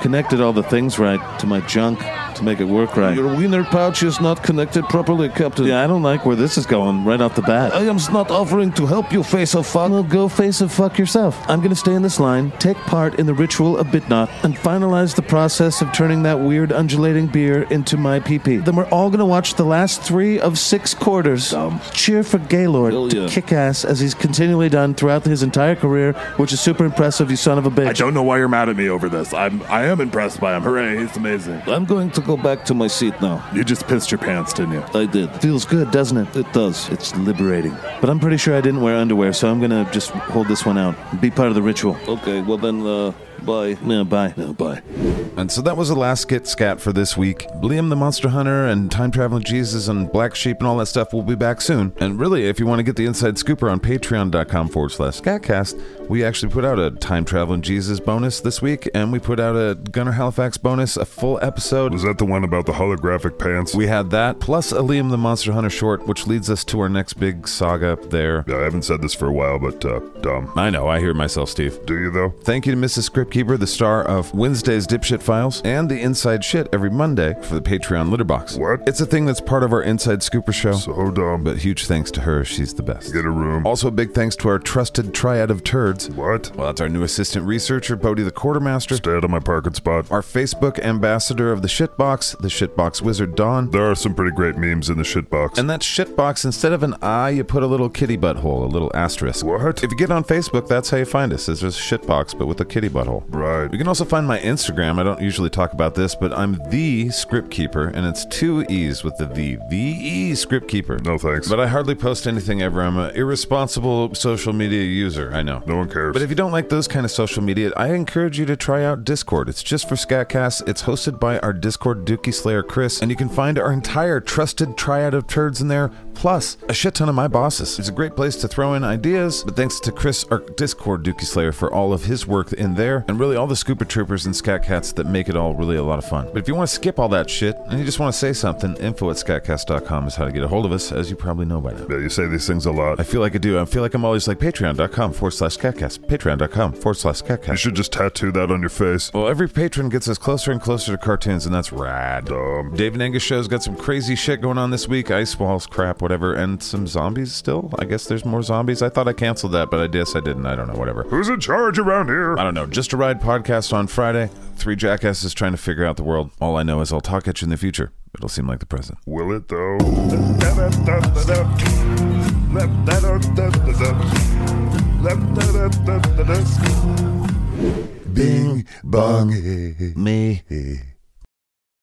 connected all the things right to my junk to make it work right.
Your wiener pouch is not connected properly, Captain.
yeah, I don't like where this is going right off the
I
bat.
am not offering to help you face a fuck.
Well, go face a fuck yourself. I'm going to stay in this line, take part in the ritual of Bitnot, and finalize the process of turning that weird undulating beer into my PP. Then we're all going to watch the last three of six quarters. Cheer for Gaylord
Hell
to
yeah.
kick ass as he's continually done throughout his entire career, which is super impressive, you son of a bitch.
I don't know why you're mad at me over this. I'm, I am impressed by him. Hooray, he's amazing.
I'm going to go back to my seat now.
You just pissed your pants, didn't you?
I did.
Feels good, doesn't it?
It does.
It's liberating. But I'm pretty sure I didn't wear underwear, so I'm gonna just hold this one out. Be part of the ritual.
Okay, well then, uh, bye.
Yeah, bye.
Yeah, bye.
And so that was the last Skit Scat for this week. Liam the Monster Hunter and Time Traveling Jesus and Black Sheep and all that stuff will be back soon. And really, if you want to get the inside scooper on patreon.com forward slash scatcast, we actually put out a Time Traveling Jesus bonus this week, and we put out a Gunnar Halifax bonus, a full episode.
Was that the one about the holographic pants?
We had that, plus a Liam the Monster Hunter short, which leads us to our next big saga up there.
Yeah, I haven't said this for a while, but uh, dumb.
I know, I hear myself, Steve.
Do you though?
Thank you to Mrs. Scriptkeeper, the star of Wednesday's Dipshit Files and the Inside Shit every Monday for the Patreon Litterbox.
What?
It's a thing that's part of our Inside Scooper show.
So dumb.
but huge thanks to her, she's the best.
Get a room.
Also, big thanks to our trusted triad of turds.
What?
Well, that's our new assistant researcher, Bodie the Quartermaster,
Stay out of my parking spot.
our Facebook ambassador of the Shitbox, the Shitbox Wizard Dawn.
There are some pretty great memes in the shitbox.
And that shitbox, instead of an eye, you put a little kitty butthole, a little asterisk.
What?
If you get on Facebook, that's how you find us. It's just shitbox, but with a kitty butthole.
Right.
You can also find my Instagram. I don't usually talk about this, but I'm the script keeper, and it's two E's with the the. The E script keeper.
No thanks.
But I hardly post anything ever. I'm an irresponsible social media user. I know.
No one cares.
But if you don't like those kind of social media, I encourage you to try out Discord. It's just for Scatcast. It's hosted by our Discord Dookie Slayer Chris, and you can find our entire trusted triad of turds in there, plus a shit ton of my bosses. It's a great place to throw in ideas, but thanks to Chris, our Discord Dookie Slayer, for all of his work in there, and really all the Scooper Troopers and Scat Cats that make it all really a lot of fun. But if you want to skip all that shit and you just want to say something, info at scatcast.com is how to get a hold of us, as you probably know by now.
yeah, you say these things a lot.
I feel like I do. I feel like I'm always like patreon.com forward slash catcast. Patreon.com forward slash
you
catcast.
should just tattoo that on your face.
Well, every patron gets us closer and closer to cartoons, and that's rad.
Dumb.
Dave and Angus show's got some crazy shit going on this week. Ice walls, crap, whatever, and some zombies still. I guess there's more zombies. I thought I canceled that, but I guess I didn't. I don't know, whatever.
Who's in charge around here?
I don't know. Just a ride podcast on Friday. Three jackasses trying to figure out the world. All I know is I'll talk at you in the future. It'll seem like the present.
Will it though? Bing eh, bong.
Me.